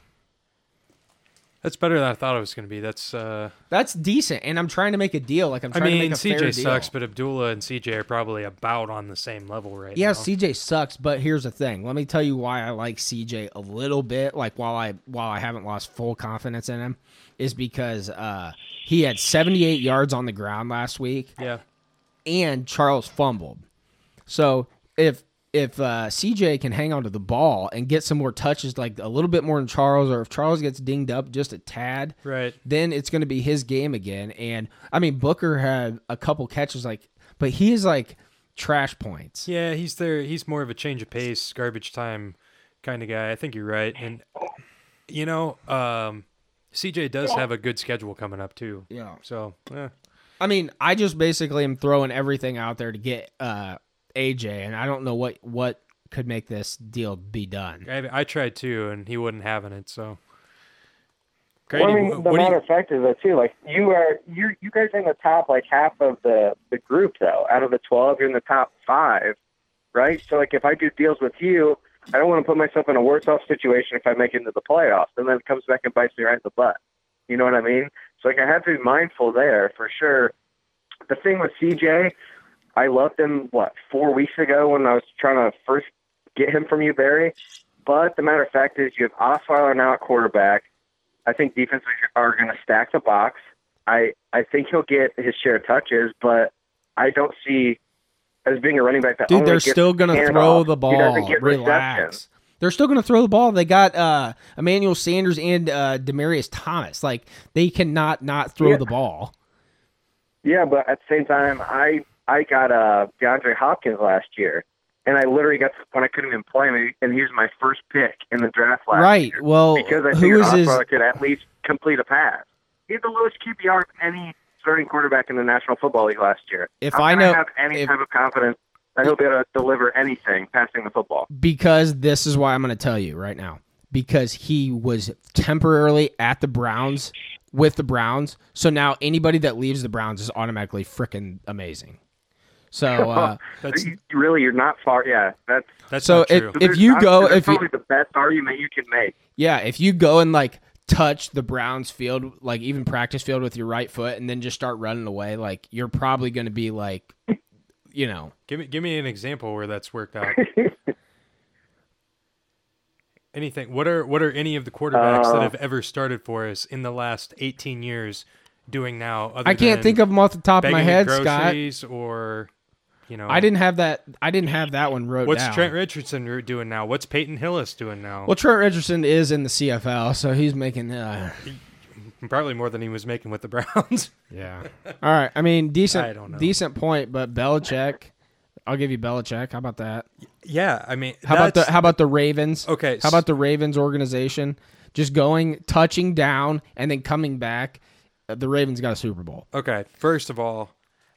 S2: That's better than I thought it was going to be. That's uh,
S1: that's decent. And I'm trying to make a deal. Like I'm
S2: I
S1: trying to
S2: mean,
S1: make a
S2: CJ
S1: fair
S2: sucks,
S1: deal.
S2: but Abdullah and CJ are probably about on the same level right
S1: yeah,
S2: now.
S1: CJ sucks. But here's the thing. Let me tell you why I like CJ a little bit. Like while I while I haven't lost full confidence in him, is because uh, he had 78 yards on the ground last week.
S2: yeah,
S1: and Charles fumbled. So if if uh, CJ can hang on to the ball and get some more touches, like a little bit more than Charles, or if Charles gets dinged up just a tad,
S2: right.
S1: then it's going to be his game again. And I mean, Booker had a couple catches, like, but he is like trash points.
S2: Yeah, he's there. He's more of a change of pace, garbage time kind of guy. I think you're right. And you know, um, CJ does have a good schedule coming up too.
S1: Yeah.
S2: So eh,
S1: I mean, I just basically am throwing everything out there to get uh, AJ, and I don't know what what could make this deal be done.
S2: I, I tried too, and he wasn't having it. So
S6: Well, I
S2: Grady,
S6: mean,
S2: wh-
S6: the
S2: what do you-
S6: matter of fact is that too. Like you are, you you guys are in the top like half of the the group though. Out of the twelve, you're in the top five, right? So like if I do deals with you, I don't want to put myself in a worse off situation if I make it into the playoffs, and then it comes back and bites me right in the butt. You know what I mean? So like I have to be mindful there for sure. The thing with CJ, I loved him what four weeks ago when I was trying to first get him from you, Barry. But the matter of fact is, you have Osweiler now at quarterback. I think defenses are going to stack the box. I I think he'll get his share of touches, but I don't see as being a running back that
S1: Dude,
S6: only
S1: they're
S6: gets
S1: still gonna
S6: handoffs.
S1: throw the
S6: He
S1: ball.
S6: doesn't get receptions.
S1: Relax. They're still gonna throw the ball. They got uh, Emmanuel Sanders and uh, Demarius Thomas. Like they cannot not throw
S6: Yeah.
S1: the ball.
S6: Yeah, but at the same time, I I got uh, DeAndre Hopkins last year, and I literally got to the point I couldn't even play him, and he was my first pick in the draft last
S1: right.
S6: year.
S1: Well,
S6: because I
S1: who
S6: figured
S1: is his?
S6: Osweiler could at least complete a pass. He had the lowest QBR of any starting quarterback in the National Football League last year.
S1: If
S6: How
S1: I
S6: can
S1: know-
S6: have any
S1: if-
S6: type of confidence that he'll be able to deliver anything passing the football.
S1: Because this is why I'm gonna tell you right now. Because he was temporarily at the Browns with the Browns, so now anybody that leaves the Browns is automatically freaking amazing. So, uh,
S2: that's
S6: You- you really, you're not far. Yeah, that's
S2: that's
S1: so
S2: not
S1: if,
S2: true.
S1: if
S6: there's-
S1: you
S6: that's-
S1: go,
S6: that's
S1: if you,
S6: probably the best argument you can make.
S1: Yeah, if you go and like touch the Browns field, like even practice field with your right foot, and then just start running away, like you're probably going to be like, you know,
S2: Give me give me an example where that's worked out. Anything. What are what are any of the quarterbacks
S1: Uh,
S2: that have ever started for us in the last 18 years doing now? Other
S1: I can't
S2: than
S1: think of them off the top of
S2: begging
S1: my
S2: at
S1: head, Scott.
S2: groceries or you know
S1: I didn't have that. I didn't have that one wrote
S2: What's
S1: down.
S2: Trent Richardson doing now? What's Peyton Hillis doing now?
S1: well, Trent Richardson is in the CFL, so he's making. Uh,
S2: Probably more than he was making with the Browns.
S1: yeah. All right. I mean, decent.
S2: I don't know.
S1: Decent point, but Belichick. I'll give you Belichick. How about that?
S2: yeah, I mean,
S1: How about the How about the Ravens?
S2: Okay,
S1: How
S2: s-
S1: about the Ravens organization just going, touching down, and then coming back? Uh, The Ravens got a Super Bowl.
S2: okay? First of all,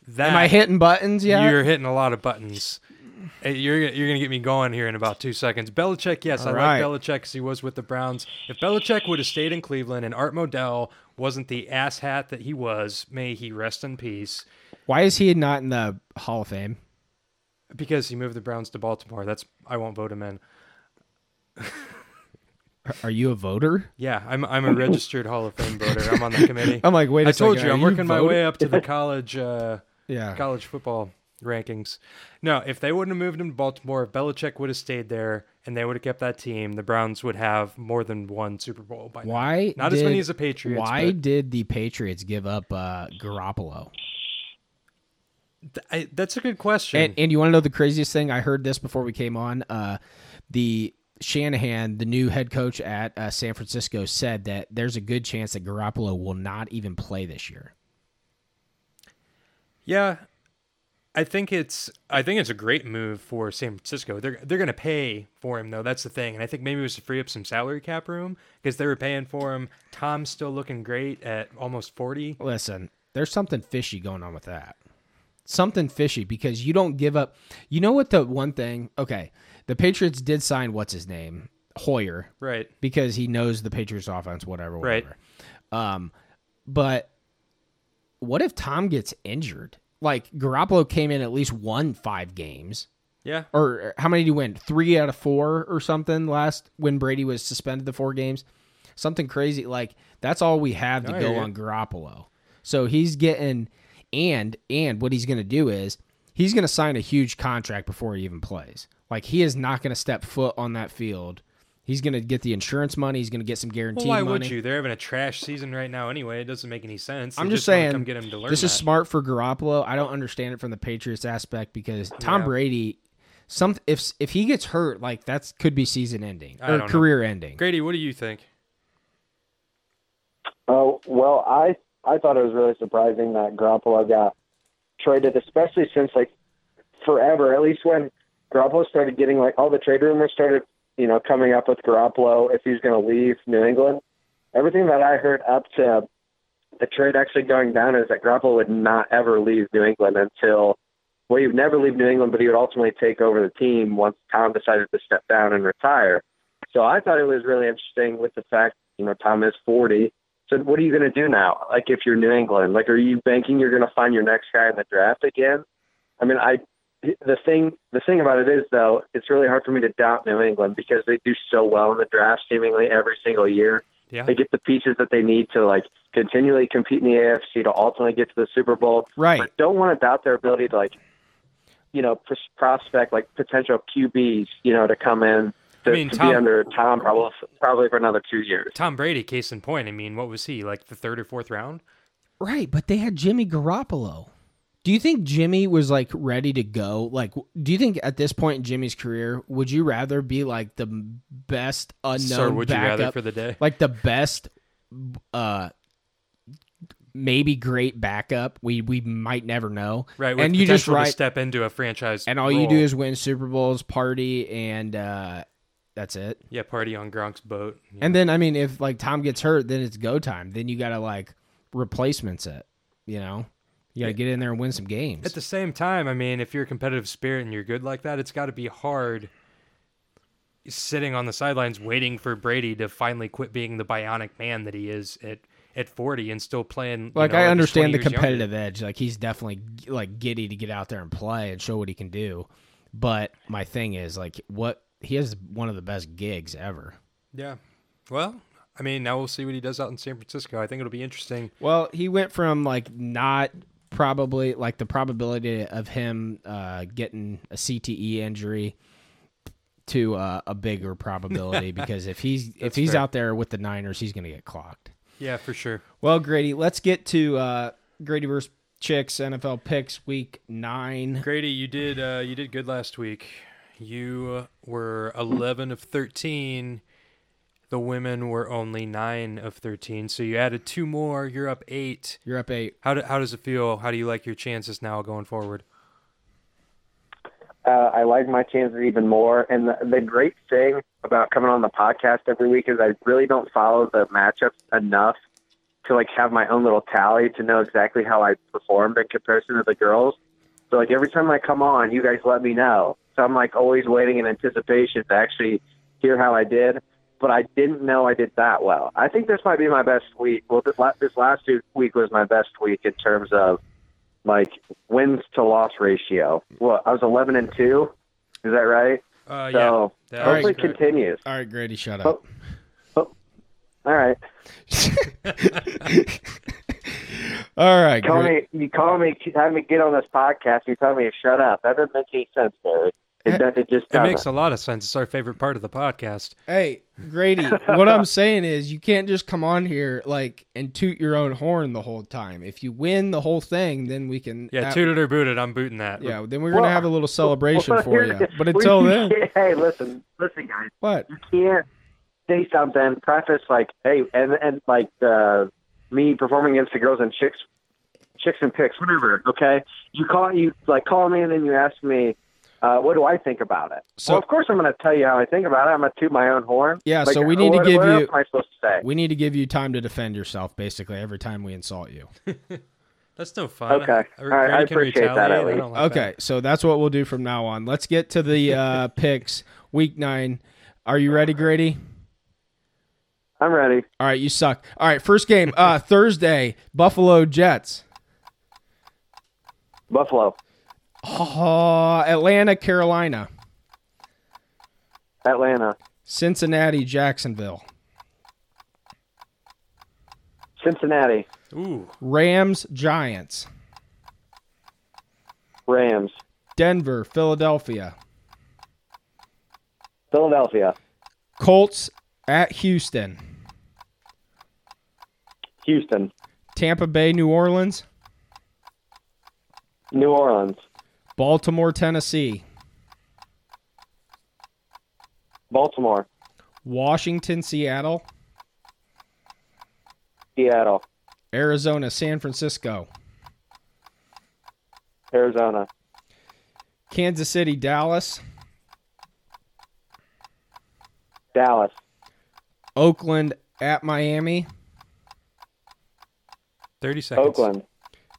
S2: that
S1: Am I hitting buttons yet?
S2: Ah, You're hitting a lot of buttons. Hey, You're you're gonna get me going here in about two seconds. Belichick, yes, I
S1: All right.
S2: like Belichick because he was with the Browns. If Belichick would have stayed in Cleveland and Art Modell wasn't the asshat that he was, may he rest in peace.
S1: Why is he not in the Hall of Fame?
S2: Because he moved the Browns to Baltimore. That's I won't vote him in.
S1: Are you a voter?
S2: Yeah, I'm I'm a registered Hall of Fame voter. I'm on that committee.
S1: I'm like, wait a
S2: I told
S1: second,
S2: you,
S1: are
S2: I'm
S1: you
S2: working my
S1: voting?
S2: way up to the college. Uh,
S1: Yeah.
S2: college football rankings. No, if they wouldn't have moved him to Baltimore, if Belichick would have stayed there and they would have kept that team, the Browns would have more than one Super Bowl by now.
S1: Why?
S2: Not as
S1: did-
S2: many as the Patriots.
S1: Why
S2: but Hmm.
S1: did the Patriots give up uh, Garoppolo?
S2: th- I- that's a good question.
S1: And, and you want to know the craziest thing? I heard this before we came on. Uh, the Shanahan, the new head coach at uh, San Francisco, said that there's a good chance that Garoppolo will not even play this year.
S2: yeah, I think it's I think it's a great move for San Francisco. They're they're going to pay for him though. That's the thing, and I think maybe it was to free up some salary cap room because they were paying for him. Tom's still looking great at almost forty.
S1: Listen, there's something fishy going on with that. something fishy because you don't give up. You know what the one thing? Okay, the Patriots did sign what's his name Hoyer
S2: Right.
S1: because he knows the Patriots offense, whatever,
S2: Right.
S1: whatever. Um, but what if Tom gets injured? Like Garoppolo came in at least won five games,
S2: Yeah.
S1: or how many did he win? Three out of four or something last when Brady was suspended the four games, something crazy. Like that's all we have to
S2: I
S1: go
S2: hear ya.
S1: on Garoppolo. So he's getting, and and what he's going to do is he's going to sign a huge contract before he even plays. Like he is not going to step foot on that field. He's going to get the insurance money. He's going to get some guaranteed
S2: Well, why
S1: money.
S2: would you? They're having a trash season right now anyway. It doesn't make any sense.
S1: I'm
S2: They
S1: just
S2: wanna
S1: saying
S2: come get him to learn.
S1: this is
S2: that.
S1: smart for Garoppolo. I don't understand it from the Patriots aspect because Tom
S2: Yeah.
S1: Brady, some if if he gets hurt, like that's could be season ending
S2: I
S1: or
S2: don't know.
S1: career ending.
S2: Grady, what do you think?
S6: Oh well, I I thought it was really surprising that Garoppolo got traded, especially since like forever. At least when Garoppolo started getting like all the trade rumors started, you know, coming up with Garoppolo if he's going to leave New England. Everything that I heard up to the trade actually going down is that Garoppolo would not ever leave New England until well, he would never leave New England, but he would ultimately take over the team once Tom decided to step down and retire. So I thought it was really interesting with the fact, you know, Tom is 40. So what are you going to do now? Like if you're New England, like are you banking you're going to find your next guy in the draft again? I mean, I the thing the thing about it is though, it's really hard for me to doubt New England because they do so well in the draft seemingly every single year.
S2: Yeah.
S6: They get the pieces that they need to like continually compete in the AFC to ultimately get to the Super Bowl.
S1: Right.
S6: But don't want to doubt their ability to like you know, pros- prospect like potential QBs, you know, to come in to,
S2: I mean,
S6: to
S2: Tom-
S6: be under Tom probably probably for another 2 years.
S2: Tom Brady, case in point. I mean, what was he like the third or fourth round?
S1: Right, but they had Jimmy Garoppolo. Do you think Jimmy was like ready to go? Like, do you think at this point in Jimmy's career, would you rather be like the best unknown
S2: Sir, would you
S1: backup,
S2: rather for the day?
S1: like the best, uh, maybe great backup? We we might never know.
S2: Right. With
S1: and you just
S2: potential to
S1: write
S2: step into a franchise.
S1: and all you do
S2: role.
S1: is win Super Bowls, party, and uh, that's it.
S2: yeah, party on Gronk's boat. Yeah.
S1: And then I mean, if like Tom gets hurt, then it's go time. Then you gotta like replacements it. You know, you gotta get in there and win some games.
S2: At the same time, I mean, if you're a competitive spirit and you're good like that, it's got to be hard sitting on the sidelines waiting for Brady to finally quit being the bionic man that he is at at 40 and still playing. you
S1: like
S2: know,
S1: I
S2: he's
S1: understand the
S2: 20 years younger.
S1: competitive edge. Like he's definitely like giddy to get out there and play and show what he can do. But my thing is like what he has one of the best gigs ever.
S2: Yeah. Well, I mean, now we'll see what he does out in San Francisco. I think it'll be interesting.
S1: Well, he went from like not probably like the probability of him uh, getting a CTE injury to uh, a bigger probability because if he's if he's
S2: fair.
S1: out there with the Niners, he's going to get clocked.
S2: Yeah, for sure.
S1: Well, Grady, let's get to uh, Grady versus Chicks NFL picks week nine.
S2: Grady, you did uh, you did good last week. You were 11 of 13. The women were only 9 of 13. So you added two more. You're up 8.
S1: You're up eight.
S2: How, do, how does it feel? How do you like your chances now going forward?
S6: uh, I like my chances even more. And the, the great thing about coming on the podcast every week is I really don't follow the matchups enough to like have my own little tally to know exactly how I performed in comparison to the girls. So like every time I come on, you guys let me know. So I'm like always waiting in anticipation to actually hear how I did. But I didn't know I did that well. I think this might be my best week. Well, this la- this last week was my best week in terms of like wins to loss ratio. Well, I was eleven and two. Is that right?
S2: Uh,
S6: so
S2: yeah.
S1: All right.
S6: hopefully it continues.
S1: All right, Grady, shut
S6: Oh.
S1: up.
S6: All right,
S1: All right,
S6: call
S1: Grady.
S6: me. You call me. Have me get on this podcast. You tell me to shut up. That doesn't make any sense, Barry. It, does- it just
S2: It
S6: doesn't.
S2: makes a lot of sense. It's our favorite part of the podcast.
S1: Hey, Grady, what I'm saying is you can't just come on here like and toot your own horn the whole time. If you win the whole thing, then we can
S2: Yeah,
S1: that-
S2: toot it or boot it. I'm booting that.
S1: yeah, then we're going to
S6: Well-
S1: have a little celebration
S6: Well,
S1: for
S6: here's
S1: you.
S6: the-
S1: But
S6: we-
S1: until then,
S6: hey, listen, listen, guys.
S1: what?
S6: can't say something preface like hey and and like uh, me performing against the girls and chicks chicks and picks whatever okay you call you like call me and then you ask me uh, what do I think about it?
S1: So-
S6: well, of course I'm going to tell you how I think about it. I'm going to toot my own horn.
S1: Yeah,
S6: Like,
S1: so we need to
S6: what-
S1: give
S6: what
S1: you-
S6: Else am I supposed to say?
S1: We need to give you time to defend yourself basically every time we insult you.
S2: That's no fun.
S6: Okay.
S2: I,
S6: All right, I
S2: Brady can
S6: appreciate
S2: retaliate.
S6: that at
S2: I
S6: least.
S2: don't like
S1: okay, so that's what we'll do from now on. Let's get to the uh, picks. Week nine. Are you ready, Grady?
S6: I'm ready.
S1: All right, you suck. All right, first game uh, Thursday. Buffalo Jets.
S6: Buffalo,
S2: Oh.
S1: Uh, Atlanta, Carolina.
S6: Atlanta,
S1: Cincinnati, Jacksonville.
S6: Cincinnati,
S2: that. Ooh.
S1: Rams, Giants.
S6: Rams,
S1: Denver, Philadelphia.
S6: Philadelphia,
S1: Colts at Houston.
S6: Houston,
S1: Tampa Bay, New Orleans.
S6: New Orleans,
S1: Baltimore, Tennessee.
S6: Baltimore,
S1: Washington, Seattle.
S6: Seattle,
S1: Arizona, San Francisco.
S6: Arizona,
S1: Kansas City, Dallas.
S6: Dallas,
S1: Oakland at Miami.
S2: 30 seconds.
S6: Oakland,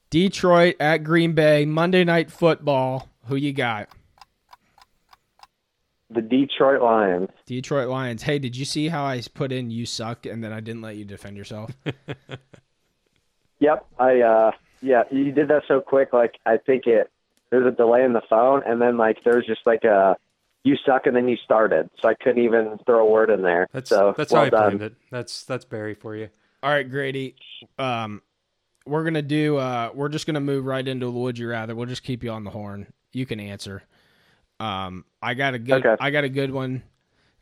S1: Detroit at Green Bay. Monday Night Football. Who you got?
S6: the Detroit Lions.
S1: Detroit Lions. Hey, did you see how I put in you suck and then I didn't let you defend yourself?
S6: Yep, I uh yeah, you did that so quick like I think it there's a delay in the phone and then like there was just like a you suck and then you started. So I couldn't even throw a word in there.
S2: That's
S6: so
S2: that's
S6: well
S2: how I
S6: done.
S2: planned it. That's that's Barry for you.
S1: All right, Grady. Um, we're gonna do. Uh, we're just gonna move right into would you rather. We'll just keep you on the horn. You can answer. Um, I got a good.
S6: Okay.
S1: I got a good one.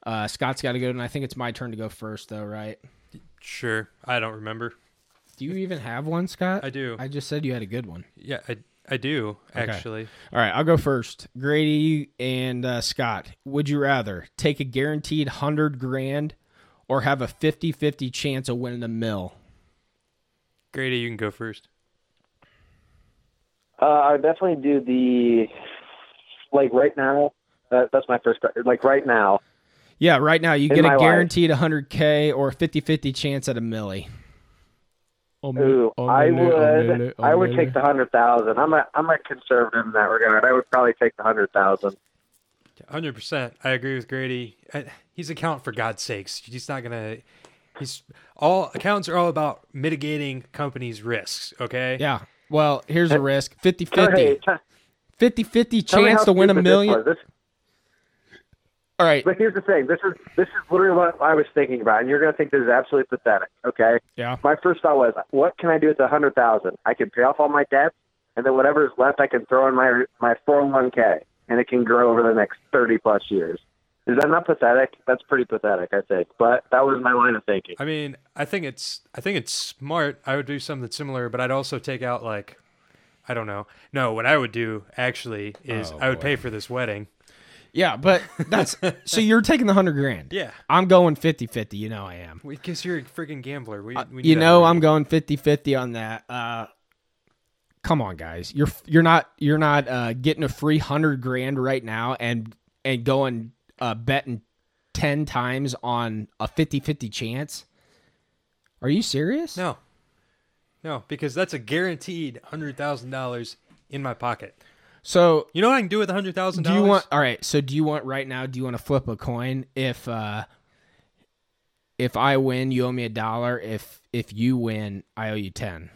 S1: Uh, Scott's got a good one. I think it's my turn to go first, though, right?
S2: Sure. I don't remember.
S1: Do you even have one, Scott?
S2: I do.
S1: I just said you had a good one.
S2: yeah, I I do
S1: Okay.
S2: actually.
S1: All right, I'll go first. Grady and uh, Scott, would you rather take a guaranteed hundred grand or have a 50-50 chance of winning a mill?
S2: Grady, you can go first.
S6: Uh I would definitely do the like right now. That, that's my first like right now.
S1: Yeah, right now you
S6: In
S1: get
S6: my
S1: a
S6: life.
S1: guaranteed 100k or a 50-50 chance at a millie.
S6: Ooh, I would I would take the 100,000. I'm a I'm a conservative in that regard. I would probably take the 100,000.
S2: 100%. I agree with Grady. I, he's an accountant for God's sakes. He's not going to he's all accountants are all about mitigating companies' risks, okay?
S1: Yeah. Well, here's a risk. 50
S6: Hey,
S1: 50.
S6: t- tell
S1: 50 50
S6: me
S1: chance
S6: how
S1: to win a
S6: stupid this
S1: million.
S6: was. This-
S1: All right.
S6: But here's the thing. This is this is literally what I was thinking about, and you're going to think this is absolutely pathetic. Okay.
S1: Yeah.
S6: My first thought was, what can I do with the hundred thousand? I can pay off all my debts, and then whatever is left, I can throw in my my 401k, and it can grow over the next 30 plus years. Is that not pathetic? That's pretty pathetic, I think. But that was my line of thinking.
S2: I mean, I think it's I think it's smart. I would do something similar, but I'd also take out like I don't know. No, what I would do actually
S1: Oh,
S2: is I would pay for this wedding.
S1: Yeah, but that's so you're taking the 100 grand.
S2: Yeah.
S1: I'm going 50 50. You know I am.
S2: Because you're a freaking gambler. We, we
S1: Uh, You
S2: that
S1: know
S2: already.
S1: I'm going 50 50 on that. Uh Come on, guys. You're you're not you're not uh getting a free 100 grand right now and and going uh betting 10 times on a 50-50 chance? Are you serious?
S2: No. No, because that's a guaranteed $100,000 in my pocket.
S1: So
S2: You know what I can do with $100,000?
S1: Do you want? All right. So do you want right now? Do you want to flip a coin? If uh, if I win, you owe me a dollar. If if you win, I owe you ten.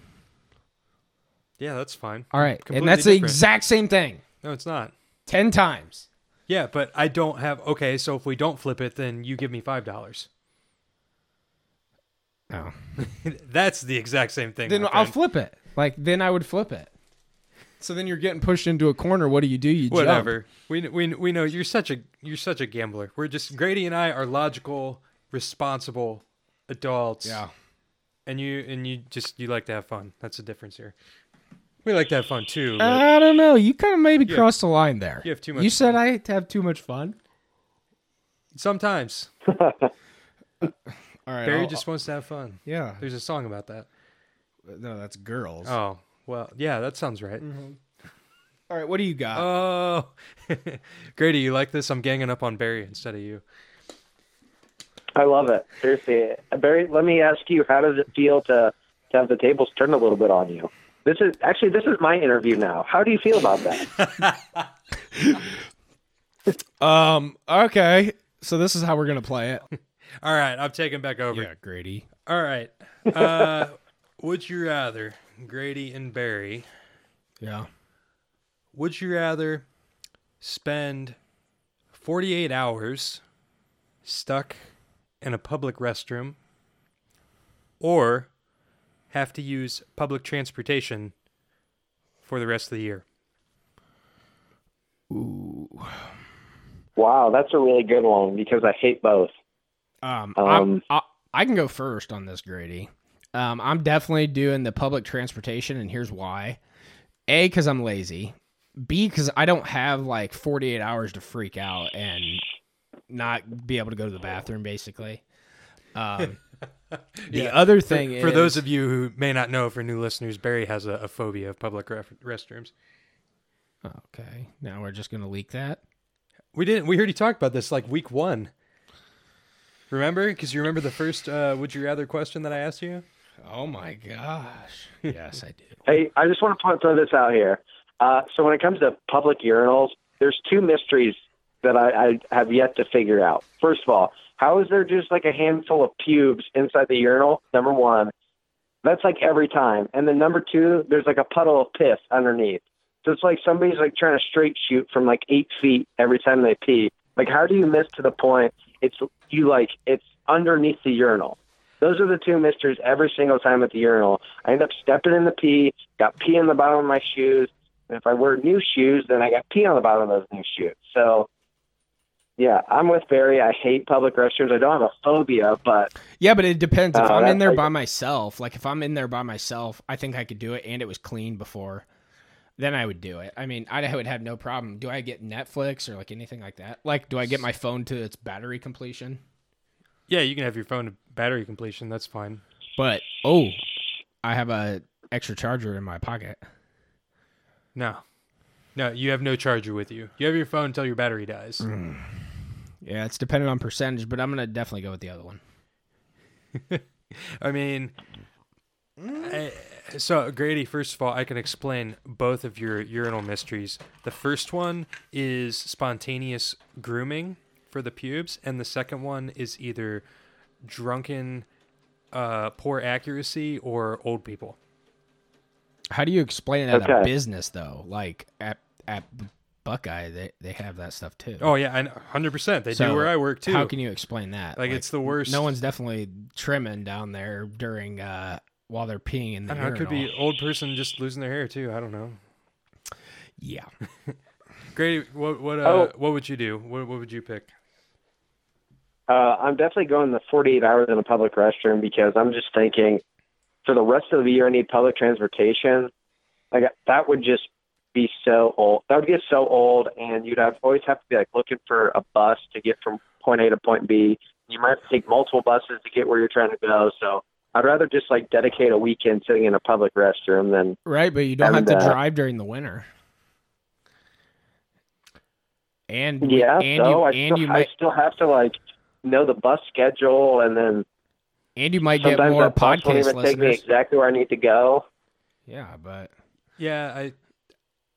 S2: Yeah, that's fine.
S1: All right, and
S2: Completely
S1: that's the
S2: different.
S1: exact same thing
S2: No, it's not.
S1: ten times.
S2: Yeah, but I don't have. Okay, so if we don't flip it, then you give me five dollars.
S1: Oh,
S2: That's the exact same thing.
S1: then
S2: my
S1: I'll
S2: friend.
S1: flip it. Like then I would flip it. So then you're getting pushed into a corner. What do you do? You jump.
S2: whatever. We, we we know you're such a you're such a gambler. We're just Grady and I are logical, responsible adults.
S1: Yeah.
S2: and you and you just you like to have fun. That's the difference here. We like to have fun too. but
S1: I don't know. You kind of maybe crossed the line there.
S2: you have too much
S1: You said I
S2: fun.
S1: have too much fun.
S2: sometimes
S1: All right.
S2: Barry
S1: I'll-
S2: just wants to have fun.
S1: yeah.
S2: There's a song about that.
S1: No, that's girls.
S2: Oh well, yeah, that sounds right.
S1: All right. What do you got?
S2: Oh, Grady, you like this? I'm ganging up on Barry instead of you.
S6: I love it. Seriously, Barry. Let me ask you, how does it feel to to have the tables turned a little bit on you? This is actually this is my interview now. How do you feel about that?
S1: Um. Okay. So this is how we're gonna play it.
S2: All right, I'm taking back over.
S1: Grady.
S2: All right. Uh, would you rather Grady and Barry?
S1: Yeah.
S2: Would you rather spend 48 hours stuck in a public restroom or have to use public transportation for the rest of the year?
S6: Wow, that's a really good one because I hate both.
S1: Um.
S6: Um,
S1: I'm- I, I can go first on this, Grady. Um. I'm definitely doing the public transportation, and here's why: a, because I'm lazy; b, because I don't have like 48 hours to freak out and not be able to go to the bathroom, basically. Um. The other thing
S2: for,
S1: is
S2: for those of you who may not know, for new listeners, Barry has a, a phobia of public ref- restrooms.
S1: Okay, now we're just gonna leak that.
S2: We didn't. We already talked about this like week one. Remember? Because you remember the first uh, "Would you rather" question that I asked you.
S1: Oh my gosh! Yes, I do.
S6: Hey, I just want to point- throw this out here. Uh, so when it comes to public urinals, there's two mysteries that I, I have yet to figure out. First of all, how is there just like a handful of pubes inside the urinal? Number one, that's like every time. And then number two, there's like a puddle of piss underneath. So it's like somebody's like trying to straight shoot from like eight feet every time they pee. Like how do you miss to the point? It's you like it's underneath the urinal. Those are the two mysteries every single time at the urinal. I end up stepping in the pee, got pee on the bottom of my shoes. And if I wear new shoes, then I got pee on the bottom of those new shoes. So, yeah, I'm with Barry. I hate public restrooms. I don't have a phobia, but
S1: Yeah, but it depends. If
S6: Uh,
S1: I'm in
S6: that's-
S1: there by myself, like if I'm in there by myself, I think I could do it, and it was clean before. Then I would do it. I mean, I would have no problem. Do I get Netflix or like anything like that? Like, do I get my phone to its battery completion?
S2: Yeah, you can have your phone to battery completion. That's fine.
S1: But oh, I have a extra charger in my pocket.
S2: No, no, you have no charger with you. You have your phone until your battery dies.
S1: Yeah, it's dependent on percentage, but I'm gonna definitely go with the other one.
S2: I mean, I, so Grady, first of all, I can explain both of your urinal mysteries. The first one is spontaneous grooming for the pubes, and the second one is either drunken, uh, poor accuracy, or old people.
S1: How do you explain it at a
S6: Okay.
S1: business though? Like at at Buckeye, they they have that stuff too.
S2: Oh yeah, and hundred percent. They
S1: So,
S2: do where I work too.
S1: How can you explain that?
S2: like, it's the worst.
S1: no one's definitely trimming down there during uh while they're peeing in the
S2: I don't know, it could be
S1: urinal.
S2: old person just losing their hair too. I don't know.
S1: yeah.
S2: Grady, what what uh,
S6: Oh.
S2: what would you do? What what would you pick?
S6: Uh, I'm definitely going the 48 hours in a public restroom because I'm just thinking for the rest of the year I need public transportation. Like that would just be so old. That would get so old, and you'd have always have to be like looking for a bus to get from point A to point B. You might have to take multiple buses to get where you're trying to go. So I'd rather just like dedicate a weekend sitting in a public restroom than
S1: Right, but you don't have
S6: And,
S1: to
S6: uh,
S1: drive during the winter. And we-
S6: yeah.
S1: and
S6: so
S1: you
S6: I,
S1: and
S6: still,
S1: you
S6: I
S1: might
S6: still have to like know the bus schedule, and then
S1: and you might get
S6: sometimes
S1: more
S6: that bus won't
S1: podcast
S6: even take me
S1: listeners.
S6: exactly where I need to go.
S1: Yeah, but
S2: Yeah, I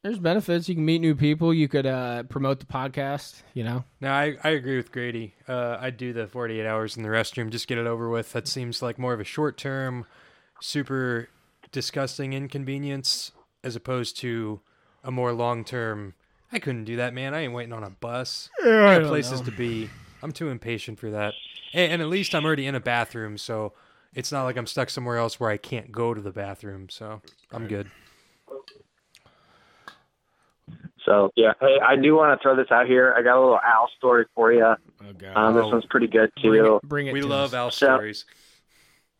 S1: there's benefits. You can meet new people. You could uh, promote the podcast. You know,
S2: No, I, I agree with Grady. Uh, I'd do the 48 hours in the restroom, just get it over with. That seems like more of a short term, super disgusting inconvenience as opposed to a more long term. I couldn't do that, man. I ain't waiting on a bus. I got places to be. I'm too impatient for that. And, and at least I'm already in a bathroom, so it's not like I'm stuck somewhere else where I can't go to the bathroom. So I'm good.
S6: So yeah, hey, I do want to throw this out here. I got a little owl story for you.
S1: oh god,
S6: Um, this one's pretty good
S1: bring
S6: too.
S1: it, bring it
S2: We
S1: to
S2: love
S1: us.
S2: Al
S6: So-
S2: stories.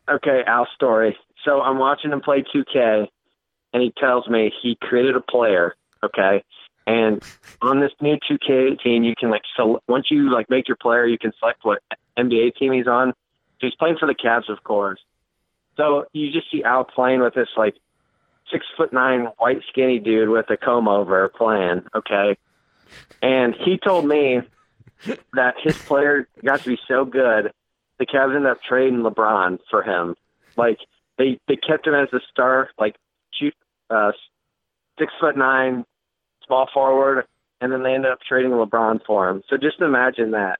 S6: Okay, owl story. So I'm watching him play 2K, and he tells me he created a player. Okay, and on this new 2K18, you can like so once you like make your player, you can select what NBA team he's on. So he's playing for the Cavs, of course. So you just see Al playing with this like six foot nine white skinny dude with a comb over playing. Okay, and he told me that his player got to be so good, the Cavs ended up trading LeBron for him. Like they they kept him as the star, like shoot uh, six foot nine, small forward, and then they ended up trading LeBron for him. So just imagine that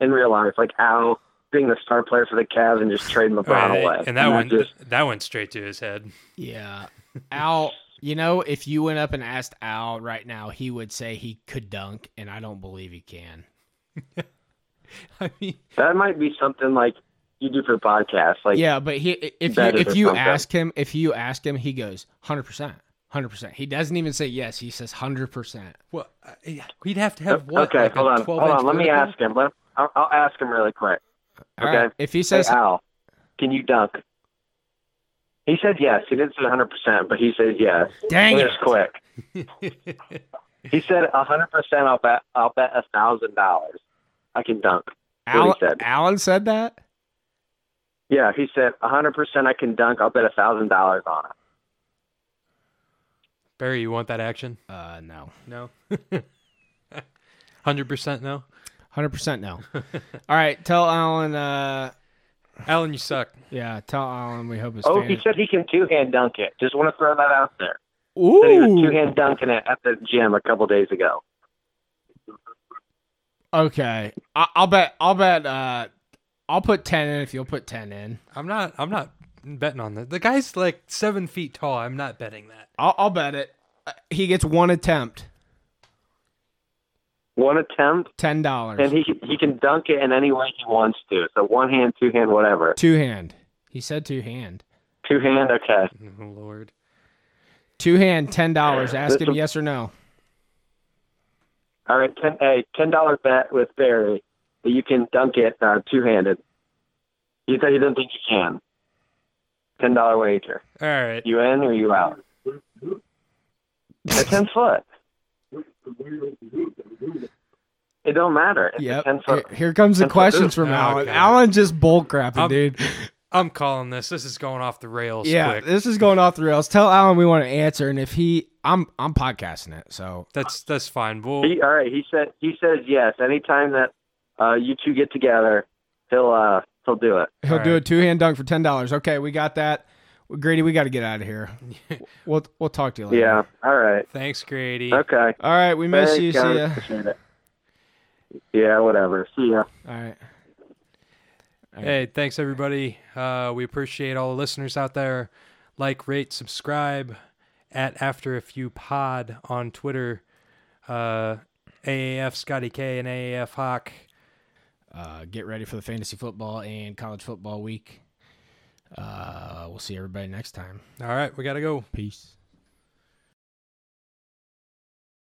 S6: in real life, like Al being the star player for the Cavs and just trading LeBron
S2: Right,
S6: away.
S2: Uh, and that
S6: not
S2: went
S6: just-
S2: that went straight to his head.
S1: Yeah. Al, you know, if you went up and asked Al right now, he would say he could dunk, and I don't believe he can.
S2: I mean,
S6: that might be something like you do for podcasts. Like
S1: yeah, but he if you
S6: That is
S1: if you
S6: something.
S1: ask him if you ask him, he goes hundred percent, hundred percent. He doesn't even say yes. He says hundred percent.
S2: well, I- we'd have to have what?
S6: Oh, okay,
S2: like a
S6: hold on,
S2: 12
S6: hold on.
S2: inch
S6: Let me
S2: vertical?
S6: ask him. Let, I'll, I'll ask him really quick.
S1: All
S6: Okay.
S1: right. If he
S6: Hey,
S1: says
S6: Al, can you dunk? He said yes. He didn't say 100, percent but he said yes.
S1: Dang
S6: it
S1: it.
S6: was quick. He said 100. percent I'll bet. I'll bet a thousand dollars. I can dunk. what he
S1: Al,
S6: said.
S1: Alan said that?
S6: Yeah, he said 100. percent I can dunk. I'll bet a thousand dollars on it.
S2: Barry, you want that action?
S1: Uh no.
S2: No. Hundred percent no.
S1: Hundred percent no. All right, tell Alan uh
S2: Alan, you suck.
S1: yeah, tell Alan we hope his
S6: Oh, he
S1: fan-
S6: said he can two hand dunk it. Just want to throw that out there. Said he was two
S1: Ooh.
S6: hand dunking it at the gym a couple days ago.
S1: Okay. I, I'll bet I'll bet uh I'll put ten in if you'll put ten in.
S2: I'm not. I'm not betting on that. The guy's like seven feet tall. I'm not betting that.
S1: I'll, I'll bet it. Uh, He gets one attempt,
S6: One attempt,
S1: ten dollars,
S6: and he can, he can dunk it in any way he wants to. So one hand, two hand, whatever.
S1: two hand. He said two hand,
S6: Two hand, okay.
S2: Oh, Lord.
S1: two hand, ten dollars. Ask
S6: This
S1: him
S6: is-
S1: yes or no.
S6: All right, ten a ten dollar bet with Barry that you can dunk it uh, two handed. He said he doesn't think you can. Ten dollar wager.
S2: All right.
S6: You in or you out? A ten foot. It don't matter. It's a
S1: Yep.
S6: ten
S1: Here,
S6: foot.
S1: here comes the
S6: Ten foot
S1: questions
S6: boost.
S1: from
S2: Oh,
S1: Alan.
S2: okay.
S1: Alan just bull crapping,
S2: I'm-
S1: dude.
S2: I'm calling this. This is going off the rails.
S1: Yeah,
S2: Quick.
S1: this is going off the rails. Tell Alan we want to answer, and if he, I'm I'm podcasting it, so
S2: That's that's fine. We'll
S6: He, all right. He said he says yes. Anytime that uh, you two get together, he'll uh, he'll do it.
S1: he'll
S2: All
S1: do a
S2: right.
S1: two hand dunk for ten dollars. Okay, we got that. Well, Grady, we got to get out of here. We'll we'll talk to you later.
S6: Yeah. All right.
S2: Thanks, Grady.
S6: Okay.
S1: All right, we miss
S6: Thanks,
S1: you.
S6: guys.
S1: See ya.
S6: Appreciate it. Yeah. Whatever. See ya.
S1: All right.
S2: Hey, thanks everybody. Uh, we appreciate all the listeners out there. Like, rate, subscribe at After a Few Pod on Twitter. Uh, AAF Scotty K and AAF Hawk.
S1: uh, get ready for the fantasy football and college football week. Uh, we'll see everybody next time.
S2: All right, we gotta go.
S1: Peace.